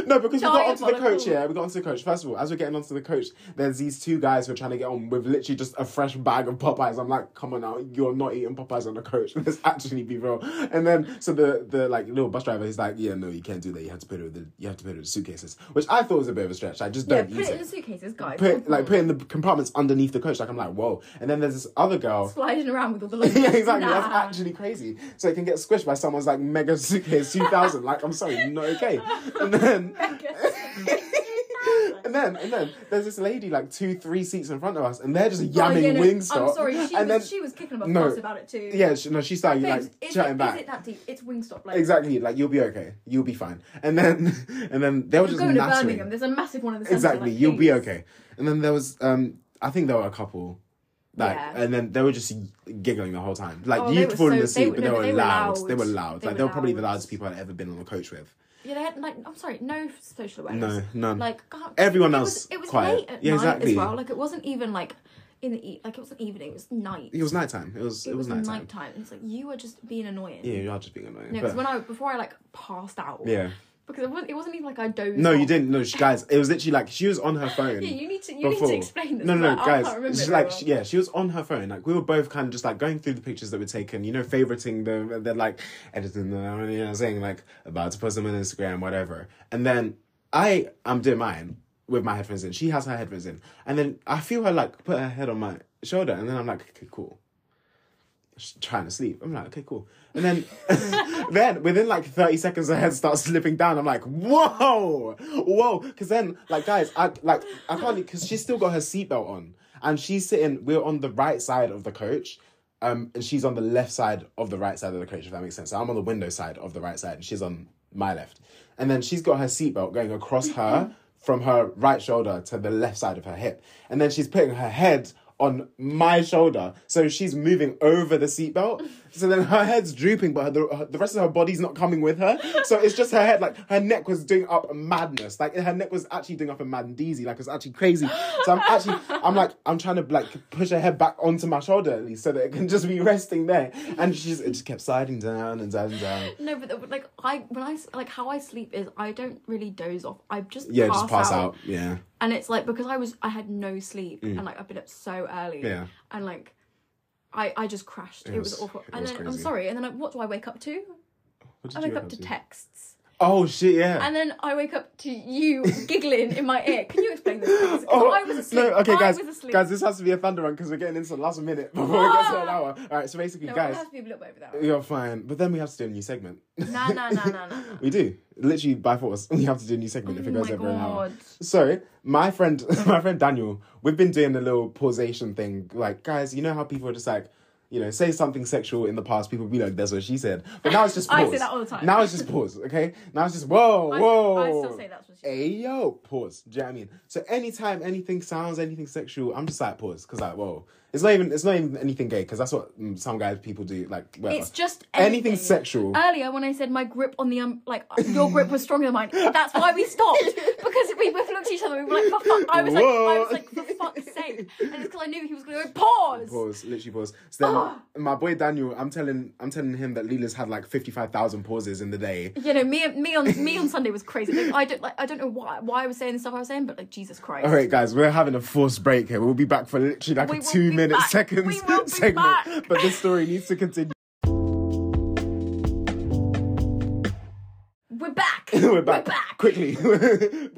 S1: no, because we got onto the
S2: Diabolical.
S1: coach, yeah. We got onto the coach. First of all, as we're getting onto the coach, there's these two guys who are trying to get on with literally just a fresh bag of Popeyes. I'm like, come on now, you're not eating Popeyes on the coach. <laughs> Let's actually be real. And then so the the like little bus driver he's like, Yeah, no, you can't do that. You have to put it with the you have to put it with the suitcases. Which I thought was a bit of a stretch. I just
S2: yeah.
S1: don't
S2: Put
S1: use
S2: it in the
S1: it.
S2: suitcases, guys.
S1: Put like put it in the compartments underneath the coach. Like I'm like, whoa. And then there's this other girl <laughs>
S2: sliding around with all the luggage.
S1: yeah, exactly.
S2: Nah.
S1: That's <laughs> actually crazy. So it can get squished by someone's like mega suitcase two thousand. like I'm sorry, not okay. And then,
S2: Oh,
S1: and then, and then there's this lady like two, three seats in front of us, and they're just
S2: Oh,
S1: yamming
S2: yeah, no,
S1: wing stop.
S2: I'm sorry, she
S1: and
S2: was
S1: then
S2: she was kicking up a
S1: No.
S2: fuss about it too.
S1: yeah, she, no, she started
S2: Babes,
S1: like
S2: is,
S1: chatting
S2: it,
S1: back.
S2: is it that deep? It's Wingstop. Like
S1: Exactly, like you'll be okay, you'll be fine. And then, <laughs> and then they were
S2: We're
S1: just
S2: going to
S1: nattering.
S2: Birmingham. There's a massive one in the centre.
S1: Exactly,
S2: like,
S1: you'll be
S2: please.
S1: okay. And then there was, um, I think there were a couple. Like,
S2: Yeah.
S1: and then they were just giggling the whole time. Like
S2: Oh, they
S1: you'd
S2: were
S1: fall in
S2: so-
S1: the
S2: they
S1: seat,
S2: were-
S1: but
S2: no,
S1: they
S2: but
S1: were
S2: they were
S1: loud.
S2: loud.
S1: They were loud.
S2: They
S1: like
S2: were
S1: they were probably the
S2: loud.
S1: loudest people I'd ever been on a coach with.
S2: Yeah, they had like I'm sorry, no social awareness.
S1: No, none.
S2: Like God,
S1: Everyone
S2: it
S1: else
S2: Was, it was
S1: quiet.
S2: late at
S1: Yeah,
S2: night
S1: exactly.
S2: as well. Like it wasn't even like in the e- like it wasn't evening. It was night.
S1: it was nighttime. It was it, was, nighttime.
S2: nighttime. It's like you were just being annoying.
S1: Yeah, you are just being annoying.
S2: No, because
S1: but,
S2: when I before I like passed out.
S1: yeah.
S2: Because it wasn't. It wasn't even like I dozed.
S1: No, you
S2: off.
S1: didn't. No, she, guys, it was literally like she was on
S2: <laughs>
S1: her phone.
S2: Yeah, you need to. You need to explain this.
S1: No, no,
S2: like, I
S1: guys.
S2: can't remember
S1: She's
S2: it
S1: like,
S2: very
S1: she- yeah, she was on her phone. Like, we were both kind of just like going through the pictures that were taken, you know, favoriting them, and then like editing them, you know, saying like about to post them on Instagram, whatever. And then I am doing mine with my headphones in. She has her headphones in, and then I feel her like put her head on my shoulder, and then I'm like, okay, cool. She's trying to sleep. I'm like, okay, cool. And then, <laughs> then within like 30 seconds, her head starts slipping down. I'm like, whoa, whoa. Because then, like, guys, I like, I can't, because she's still got her seatbelt on. And she's sitting, we're on the right side of the coach. Um, and she's on the left side of the right side of the coach, if that makes sense. So I'm on the window side of the right side, and she's on my left. And then she's got her seatbelt going across her from her right shoulder to the left side of her hip. And then she's putting her head on my shoulder. So she's moving over the seatbelt. So then her head's drooping, but her, the, the rest of her body's not coming with her. So it's just her head, like her neck was doing up madness. Like her neck was actually doing up a mandeezy. Like it's actually crazy. So I'm actually, I'm like, I'm trying to like push her head back onto my shoulder at least so that it can just be resting there. And she's, it just kept sliding down and down and down.
S2: No, but the- like I when I s- like how I sleep is I don't really doze off. I just
S1: Yeah, just pass out. Yeah.
S2: and it's like because I was I had no sleep and like I've been up so early.
S1: Mm. Yeah.
S2: And like I I just crashed. It, was,
S1: was-
S2: awful.
S1: it
S2: and
S1: was
S2: then I'm
S1: crazy.
S2: sorry. And then like, what do I wake up to?
S1: What did you
S2: I wake up to
S1: do?
S2: texts.
S1: Oh shit! Yeah.
S2: And then I wake up
S1: <laughs>
S2: to you giggling in my ear. Can you explain this? Please? 'Cause
S1: Oh,
S2: I was asleep.
S1: No, okay,
S2: I
S1: guys,
S2: was asleep.
S1: guys, this has to be a thunder run because we're getting into the last minute <laughs> before it gets to an hour. All right, so basically,
S2: no,
S1: guys,
S2: I have to be a little bit over that.
S1: you're fine, but then we have to do a new segment. <laughs>
S2: Nah, nah, nah, nah, nah.
S1: we do literally by force. <laughs> We have to do a new segment if
S2: Oh
S1: it goes
S2: my
S1: over an hour.
S2: God.
S1: So my friend, <laughs> my friend Daniel, we've been doing a little pausation thing. Like, guys, you know how people are just like. You know, say something sexual in the past, people be like, "That's what she said." But now it's just pause.
S2: <laughs> I say that all the time.
S1: Now it's just pause. Okay. Now it's just whoa,
S2: I,
S1: whoa.
S2: I still say that's what she
S1: Hey yo, pause. Do you know what I mean? So anytime anything sounds anything sexual, I'm just like pause because like whoa, it's not even it's not even anything gay because that's what mm, some guys people do like whatever.
S2: It's just
S1: anything,
S2: anything.
S1: sexual.
S2: Earlier, when I said my grip on the um, like your grip was stronger than mine, that's why we stopped
S1: <laughs>
S2: because we both looked at each other. We were like, for fuck. I was like, I
S1: Whoa.
S2: was like, for fuck's sake, and it's because I knew he was going to go pause.
S1: Pause, literally pause. So then
S2: Ah.
S1: my boy Daniel, I'm telling I'm telling him that Leela's had like fifty five thousand pauses in the day.
S2: You know, me, me on me on Sunday was crazy. Like, I don't like, I don't know why why I was saying the stuff I was saying, but like Jesus Christ.
S1: All right, guys, we're having a forced break here. We'll be back for literally like
S2: We
S1: a
S2: will
S1: two
S2: be
S1: minute
S2: back.
S1: seconds
S2: We will
S1: <laughs>
S2: be
S1: segment,
S2: back.
S1: but this story needs to continue. <laughs>
S2: We're back.
S1: we're back,
S2: We're back.
S1: quickly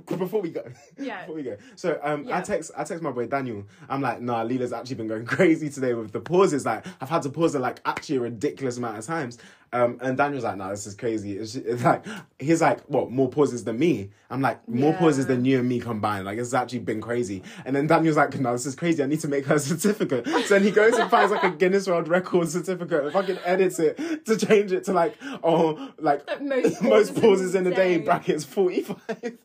S1: <laughs> before we go.
S2: Yeah.
S1: Before we go. So um, I
S2: Yeah.
S1: text I text my boy Daniel. I'm like, nah, Leela's actually been going <laughs> crazy today with the pauses. Like I've had to pause it like actually a ridiculous amount of times. Um, and Daniel's like, nah, this is crazy. It's, it's like he's like, what more pauses than me? I'm like, more
S2: Yeah.
S1: pauses than you and me combined. Like it's actually been crazy. And then Daniel's like, no, this is crazy. I need to make her a certificate. So then he goes and finds like a Guinness World Record certificate and fucking edits it to change it to like, oh, like
S2: Like,
S1: <laughs>
S2: most
S1: most pauses in a
S2: the
S1: day, brackets 45 <laughs>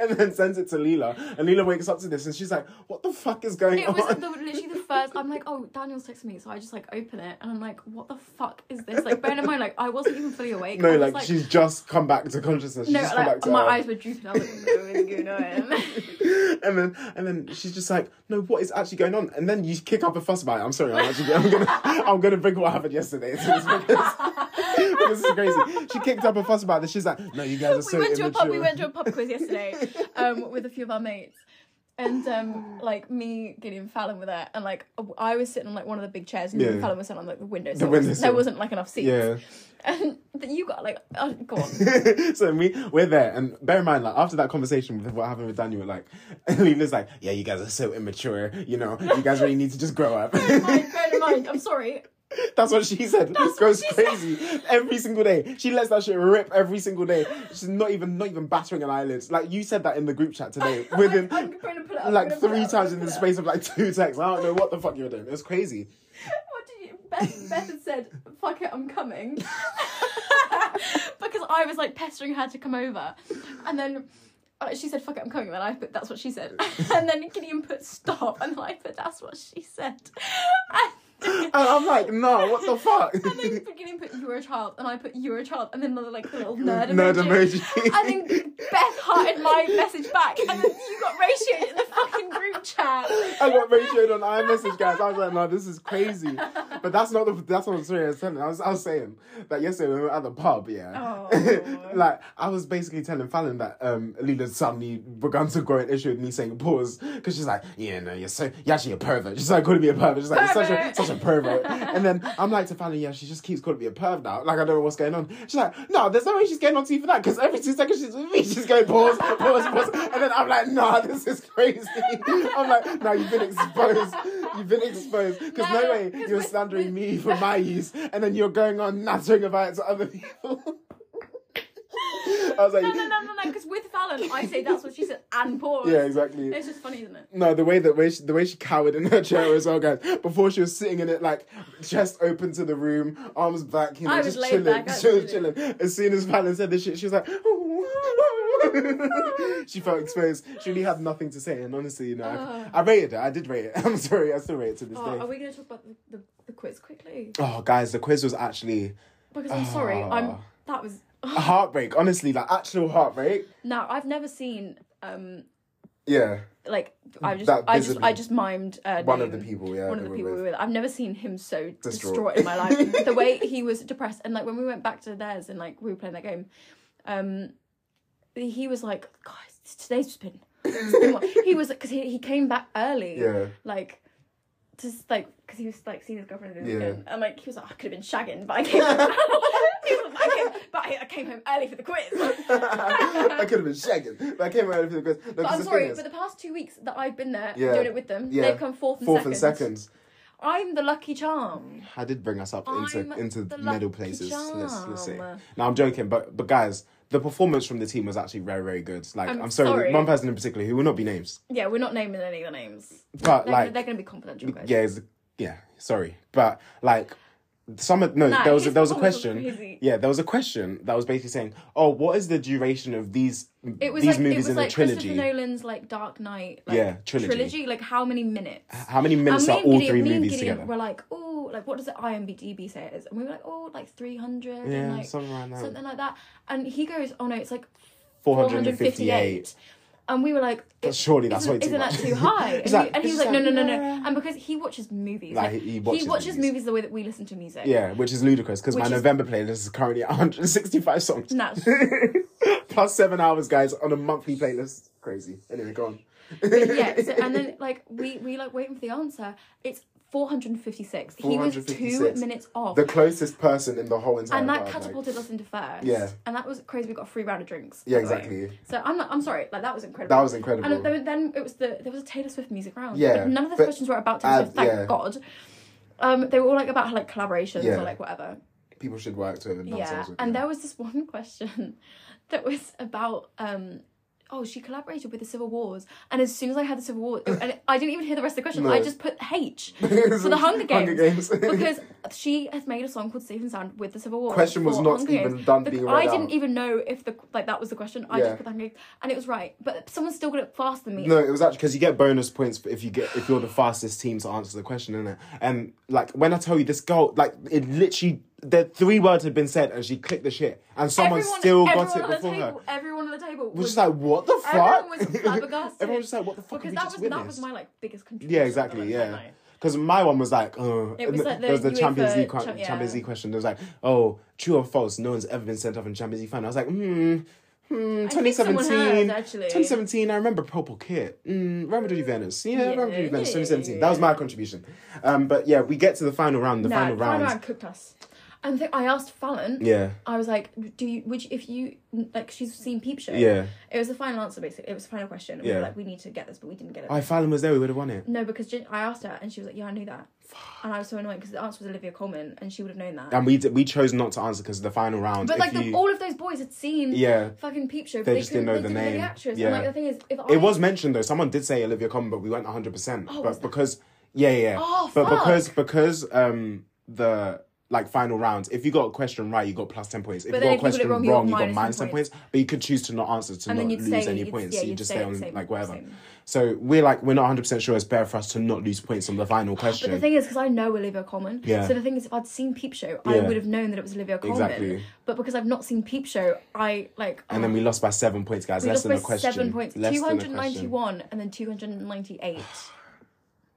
S1: and then sends it to Leela and Leela wakes up to this and she's like what the fuck is going
S2: It
S1: on
S2: was the, literally the first. I'm like, oh, Daniel's texting me, so I just like open it, and I'm like, what the fuck is this? Like, bear in mind, like I wasn't even fully awake.
S1: <laughs>
S2: I
S1: no
S2: was,
S1: like, she's just come back to consciousness she's
S2: no,
S1: just come
S2: like
S1: back to
S2: my
S1: her.
S2: eyes were drooping. I was like, no, what's
S1: <laughs>
S2: going on?
S1: and then and then she's just like no what is actually going on and then you kick up a fuss about it I'm sorry I'm actually <laughs> I'm gonna I'm gonna bring what happened yesterday <laughs> to this because, because this is crazy she kicked up a fuss about this she's like no you guys are so
S2: <laughs> we went to a pub. We
S1: immature."
S2: went to a pub quiz yesterday, um, with a few of our mates. And um, like me, Gideon Fallon were there, and like I was sitting on like one of the big chairs, and
S1: Yeah.
S2: Gideon Fallon was sitting on like the windowsill.
S1: windowsill.
S2: There wasn't like enough seats,
S1: yeah
S2: and that you got like oh, go
S1: <laughs>
S2: on.
S1: so we we're there, and bear in mind, like after that conversation with what happened with Daniel, like <laughs> Lena's like, yeah, you guys are so immature. You know, you guys really need to just grow up.
S2: Bear in mind, bear in mind, I'm sorry,
S1: <laughs> That's what she said.
S2: Oh That's
S1: goes
S2: what she
S1: crazy every single day. She lets that shit rip every single day. She's not even not even battering an eyelid. Like you said that in the group chat
S2: <laughs>
S1: today. Within
S2: I'm gonna put it up, I'm
S1: like
S2: gonna put it
S1: three
S2: up,
S1: times
S2: I'm
S1: in the
S2: gonna put it up.
S1: space of like two texts. I don't know what the fuck you were doing. It was crazy.
S2: What did you? Beth, Beth had said, "Fuck it, I'm
S1: <laughs>
S2: coming," because I was like pestering her to come over, and then uh, she said, "Fuck it, I'm coming." And then I put, "That's what
S1: <laughs>
S2: she said," <laughs> and then Gideon put, "Stop," and then I put, "That's what she said," <laughs> and,
S1: And I'm like, no, what the fuck?
S2: and then Gideon put, "You're a child," and I put, "You're a child," and then another like little
S1: <laughs>
S2: nerd,
S1: Nerd
S2: emoji.
S1: emoji.
S2: And then Beth hearted my message back, and then you got ratioed in the fucking group
S1: <laughs>
S2: chat.
S1: I got ratioed on iMessage, guys. I was like, no, this is crazy. But that's not the that's not the story I was telling. I was I was saying that yesterday when we were at the pub, yeah.
S2: Oh.
S1: <laughs> like I was basically telling Fallon that um Leela suddenly begun to grow an issue with me saying pause because she's like, yeah, no, you're so you're actually a pervert. She's like calling me a pervert. She's like, you're
S2: <laughs> Pervert.
S1: such a such a pervert. and then I'm like to Fallon, yeah, she just keeps calling me a perv now. Like I don't know what's going on. She's like, no, there's no way she's getting on to you for that because every two seconds she's with me, she's going pause, pause, pause. And then I'm like, nah, this is crazy. I'm like, no, you've been exposed. You've been exposed because no,
S2: No,
S1: way
S2: 'cause
S1: you're
S2: we-
S1: slandering
S2: we-
S1: me for my use, and then you're going on nattering about it to other people. <laughs> I was like,
S2: No, no, no, no, no, because with Fallon, I say that's what she said and pause.
S1: yeah, exactly.
S2: It's just funny, isn't it?
S1: No, the way that way she, the way she cowered in her
S2: <laughs>
S1: chair as well, guys. Before she was sitting in it, like chest open to the room, arms back, you know,
S2: I was
S1: just
S2: laid
S1: chilling,
S2: back, I was
S1: chilling, chilling. As soon as Valen said this shit, she was like, <laughs> she felt exposed. She really had nothing to say, and honestly, you know,
S2: Ugh.
S1: I, I rated it. I did rate it. <laughs> I'm sorry, I still rate it to this
S2: Ah. Oh, are
S1: day.
S2: we going to talk about the, the, the quiz quickly?
S1: Oh, guys, the quiz was actually
S2: Because I'm sorry, I'm
S1: Oh.
S2: that was. <laughs>
S1: a heartbreak. Honestly, like actual heartbreak.
S2: Now I've never seen um
S1: Yeah,
S2: like I just
S1: That
S2: I just
S1: visibly-
S2: I just mimed uh,
S1: one of the
S2: name.
S1: people. Yeah,
S2: One
S1: they
S2: of the
S1: were
S2: people we
S1: with.
S2: were with. I've never seen him so
S1: Distraught.
S2: distraught, in my life.
S1: <laughs>
S2: the way he was depressed, and like when we went back to theirs, and like we were playing that game, um, he was like, "Guys, today's just been." it's been one." he was because he he came back
S1: <laughs>
S2: early.
S1: Yeah. <laughs>
S2: like just like because he was like seeing his girlfriend over the
S1: Yeah.
S2: weekend, and like <laughs> he was like I could have been shagging, but I came. back." He's like, okay, but I, I came home early for the quiz.
S1: I could have been shagging, but I came around for the quiz. No, 'cause
S2: But I'm
S1: the
S2: sorry,
S1: thing is-
S2: but the past two weeks that I've been there
S1: Yeah.
S2: doing it with them,
S1: Yeah.
S2: they've come fourth and
S1: fourth
S2: second.
S1: and seconds.
S2: I'm the lucky charm.
S1: I did bring us up into
S2: I'm
S1: into
S2: the
S1: middle
S2: lucky
S1: places. Let's let's see.
S2: charm.
S1: No, I'm joking, but but guys, the performance from the team was actually very very good. Like I'm,
S2: I'm
S1: sorry,
S2: sorry.
S1: one person in particular who will not be names,
S2: Yeah, we're not naming any of the names.
S1: but
S2: They're,
S1: like
S2: they're going to be confidential. Guys.
S1: yeah, it's, yeah, sorry, but like some of- no,
S2: Nah,
S1: there was a,
S2: his
S1: there was a
S2: performance was
S1: question.
S2: crazy.
S1: Yeah, there was a question that was basically saying, "Oh, what is the duration of these
S2: It was
S1: these
S2: like it
S1: movies
S2: was
S1: in
S2: like
S1: the
S2: Christopher
S1: trilogy?
S2: Nolan's like Dark Knight. Like,
S1: Yeah, trilogy.
S2: Like how many minutes? And
S1: How many minutes
S2: me
S1: are
S2: and
S1: all
S2: Gideon-
S1: three
S2: me and
S1: movies
S2: Gideon
S1: together?"
S2: We're like, oh, like what does the IMDb say it is? And we were like, oh, like three hundred.
S1: yeah,
S2: and like,
S1: something like that.
S2: something like that. And he goes, oh no, it's like
S1: 458.
S2: 458. And we were like,
S1: But surely that's
S2: isn't,
S1: way too
S2: isn't
S1: much.
S2: that too high? And,
S1: <laughs> It's
S2: he,
S1: like-
S2: and he
S1: it's
S2: was like, no,
S1: like,
S2: no, no,
S1: nah.
S2: no. And because he watches movies,
S1: Like,
S2: like,
S1: he- he watches movies.
S2: movies. the way that we listen to music.
S1: Yeah, which is ludicrous because my
S2: Which is-
S1: November playlist is currently <laughs> at 165 songs. <laughs>
S2: And that's
S1: Plus seven hours, guys, on a monthly playlist. Crazy. Anyway, go on.
S2: yeah. So, and then like we we like waiting for the answer. It's 456. He was
S1: 456.
S2: two minutes off.
S1: the closest person in the whole entire
S2: and that
S1: world, like-
S2: catapulted us into first.
S1: Yeah.
S2: And that was crazy. We got a free round of drinks.
S1: Yeah,
S2: by the way.
S1: exactly.
S2: So I'm not, I'm sorry. Like that was incredible.
S1: That was incredible.
S2: And then, then it was the there was a Taylor Swift music round.
S1: Yeah,
S2: But none of the
S1: but-
S2: questions were about
S1: uh,
S2: Taylor Swift. Thank
S1: yeah.
S2: God. Um, they were all like about her like collaborations
S1: Yeah.
S2: or like whatever.
S1: People should work to it and dance
S2: yeah.
S1: songs with
S2: And
S1: them.
S2: there was this <laughs> one question that was about um. Oh, she collaborated with the Civil Wars, and as soon as I had the
S1: <laughs>
S2: Civil War, and I didn't even hear the rest of the question.
S1: No.
S2: I just put
S1: <laughs>
S2: H for the Hunger Games, because she has made a song called Safe and Sound with the Civil War.
S1: Question was
S2: for
S1: not
S2: Hunger
S1: even
S2: Games.
S1: done
S2: Bec-
S1: being
S2: I
S1: read
S2: didn't
S1: out.
S2: even know if the like that was the question. I
S1: Yeah.
S2: just put the Hunger Games, and it was right. But someone still got it faster than me.
S1: No, it was actually because you get bonus points if you get if you're the fastest team to answer the question, innit? And like when I tell you this girl, like it literally, the three words had been said and she clicked the shit, and someone
S2: everyone,
S1: still got
S2: everyone
S1: it
S2: on the
S1: before her.
S2: table, Everyone on the table
S1: We're
S2: was
S1: just like, what the fuck?
S2: everyone was
S1: <laughs>
S2: flabbergasted.
S1: Everyone was just like, what the fuck? have
S2: because
S1: we
S2: that
S1: just
S2: was that was
S1: witnessed?
S2: my like biggest contribution.
S1: Yeah,
S2: to
S1: exactly.
S2: that
S1: Yeah.
S2: night.
S1: Because my one was like, oh,
S2: It was like the
S1: there was the Champions
S2: UEFA
S1: League, qu-
S2: cha- yeah.
S1: Champions League question. There was like, oh, true or false? No one's ever been sent off in Champions League final. I was like, hmm, hmm,
S2: I think someone
S1: 2017.
S2: has, actually.
S1: 2017, I remember purple kit. Mm, Real Madrid Venice. Yeah, Real Madrid
S2: Yeah.
S1: Venice 2017. That was my contribution. Um, but yeah, we get to the final round, the
S2: No,
S1: final round.
S2: cooked us. And th- I asked Fallon.
S1: Yeah,
S2: I was like, do you would you, if you like she's seen Peep Show?
S1: yeah.
S2: It was the final answer basically. It was the final question. We
S1: Yeah.
S2: were like, we need to get this, but we didn't get it.
S1: Oh, if Fallon was there, we would have won it.
S2: No, because Jin- I asked her and she was like, yeah, I knew that. And I was so annoyed because the answer was Olivia Colman and she would have known that.
S1: And we d- we chose not to answer because the final round.
S2: but
S1: if
S2: like the,
S1: you-
S2: all of those boys had seen
S1: yeah,
S2: fucking Peep Show. But
S1: They
S2: they,
S1: just
S2: couldn't-
S1: didn't know
S2: they
S1: the
S2: know
S1: name.
S2: the actress.
S1: Yeah.
S2: And like the thing is, if I
S1: It was mentioned though. Someone did say Olivia Colman, but we went hundred percent.
S2: Oh,
S1: But
S2: was it?
S1: because yeah, yeah, yeah.
S2: Oh,
S1: but
S2: fuck.
S1: because because um the like final rounds, if you got a question right, you got plus ten points. If
S2: But
S1: you got
S2: then
S1: a
S2: if you
S1: question
S2: got it
S1: wrong,
S2: wrong,
S1: you
S2: you
S1: got, minus
S2: got minus
S1: ten
S2: 10
S1: points. But you could choose to not answer to
S2: And
S1: not
S2: then
S1: lose
S2: you'd say-
S1: any
S2: you'd-
S1: points.
S2: yeah,
S1: you
S2: you'd
S1: just
S2: say
S1: stay
S2: the
S1: on
S2: same-
S1: like whatever.
S2: same.
S1: So we're like we're not hundred percent sure it's better for us to not lose points on the final question.
S2: <gasps> But the thing is, because I know Olivia Colman,
S1: Yeah.
S2: so the thing is, if I'd seen Peep Show, I
S1: Yeah.
S2: would have known that it was Olivia Colman.
S1: Exactly.
S2: But because I've not seen Peep Show, I like.
S1: and then we lost by seven points, guys.
S2: we
S1: Less
S2: lost
S1: than
S2: by
S1: a question.
S2: seven points.
S1: Less
S2: Two
S1: than a
S2: hundred
S1: question.
S2: ninety-one, and then two hundred
S1: <sighs>
S2: ninety-eight.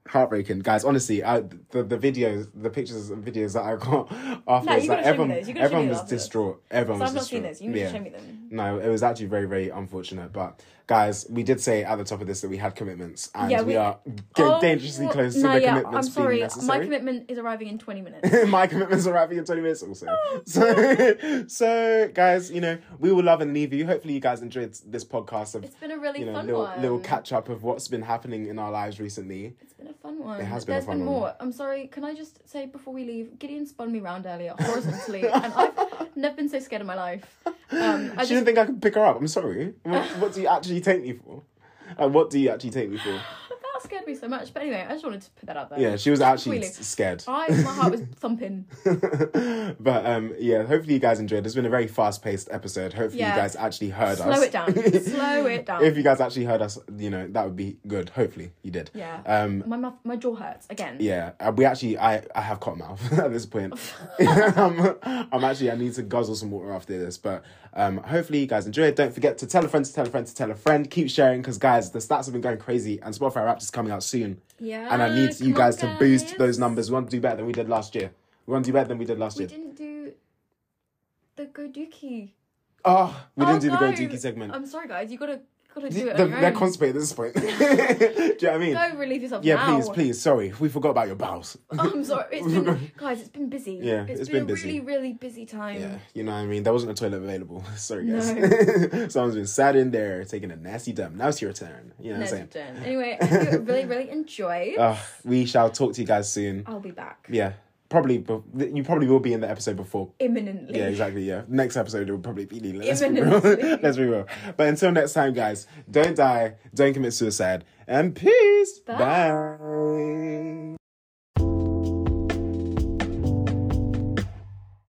S1: heartbreaking, guys. Honestly, I, the the videos, the pictures and videos that I got <laughs> after
S2: No,
S1: this, like,
S2: you gotta show me
S1: everyone,
S2: those. You gotta show
S1: everyone
S2: me
S1: was
S2: after this.
S1: distraught. Everyone
S2: So
S1: was
S2: I've not
S1: distraught.
S2: seen this. You need
S1: yeah.
S2: to show me them.
S1: No, it was actually very, very unfortunate. But guys, we did say at the top of this that we had commitments, and
S2: Yeah,
S1: we,
S2: we-
S1: are d-
S2: Oh,
S1: dangerously
S2: well,
S1: close to
S2: no,
S1: the
S2: yeah,
S1: commitments
S2: I'm sorry.
S1: being
S2: My
S1: necessary.
S2: commitment is arriving in twenty
S1: <laughs>
S2: minutes.
S1: my commitments are wrapping in 20 minutes also.
S2: Oh,
S1: <laughs> So, so guys, you know, we will love and leave you. Hopefully you guys enjoyed this podcast of
S2: It's been a really
S1: you know,
S2: fun
S1: little
S2: one.
S1: little catch up of what's been happening in our lives recently.
S2: It's been a fun one.
S1: It has been a
S2: There's
S1: fun
S2: been
S1: one.
S2: more. I'm sorry. Can I just say before we leave, Gideon spun me round earlier horizontally, and
S1: <laughs>
S2: I've never been so scared in my life. Um, I
S1: she didn't
S2: just
S1: think I could pick her up. I'm sorry. What, what do you actually take me for? Like, what do you actually take me for?
S2: that scared me so much. But anyway, I just wanted to put that out there.
S1: Yeah, she was actually
S2: Really?
S1: s- scared.
S2: I my heart was
S1: <laughs>
S2: thumping.
S1: but um, yeah, hopefully you guys enjoyed. It's been a very fast-paced episode. Hopefully
S2: Yeah.
S1: you guys actually heard us.
S2: Slow it down. Slow it
S1: <laughs>
S2: down.
S1: if you guys actually heard us, you know that would be good. Hopefully you did.
S2: Yeah.
S1: Um.
S2: my mouth, my jaw hurts again.
S1: Yeah, uh, we actually, I, I have cotton mouth <laughs> at this
S2: <laughs>
S1: point. I'm, I'm actually, I need to guzzle some water after this. But um, hopefully you guys enjoyed. Don't forget to tell a friend to tell a friend to tell a friend. Keep sharing because, guys, the stats have been going crazy and Spotify Wrapped is coming out soon.
S2: Yeah,
S1: And I need
S2: Ah, come
S1: you
S2: on,
S1: guys to boost
S2: guys.
S1: those numbers. We want to do better than we did last year. We want to do better than we did last
S2: We
S1: year.
S2: didn't do the Goduki.
S1: Oh, we didn't
S2: Oh,
S1: do the
S2: no.
S1: Ah, Go Dookie segment.
S2: I'm sorry, guys. You gotta gotta Oh, do it
S1: They're,
S2: on your
S1: they're
S2: own.
S1: constipated at this point. <laughs> do you know what I mean?
S2: Go relieve yourself
S1: yeah,
S2: now.
S1: please, please. Sorry, we forgot about your bowels.
S2: Oh, I'm sorry. It's
S1: <laughs>
S2: been guys. It's been busy.
S1: Yeah, it's
S2: it's
S1: been
S2: been, a
S1: busy.
S2: really, really busy time.
S1: Yeah, you know what I mean? There wasn't a toilet available. <laughs> Sorry, guys. <laughs>
S2: Mm. No.
S1: Someone's been sat in there taking a nasty dump. Now it's your turn. You know what I'm saying?
S2: Next
S1: <laughs>
S2: turn. Anyway, I hope you really, really enjoyed.
S1: Uh, we shall talk to you guys soon.
S2: I'll be back
S1: Yeah, probably. be- You probably will be in the episode before.
S2: imminently.
S1: Yeah, exactly. Yeah, next episode it will probably be Leela. Let's be real.
S2: Imminently.
S1: <laughs> Let's be real. But until next time, guys, don't die, don't commit suicide, and peace.
S2: Bye.
S1: Bye.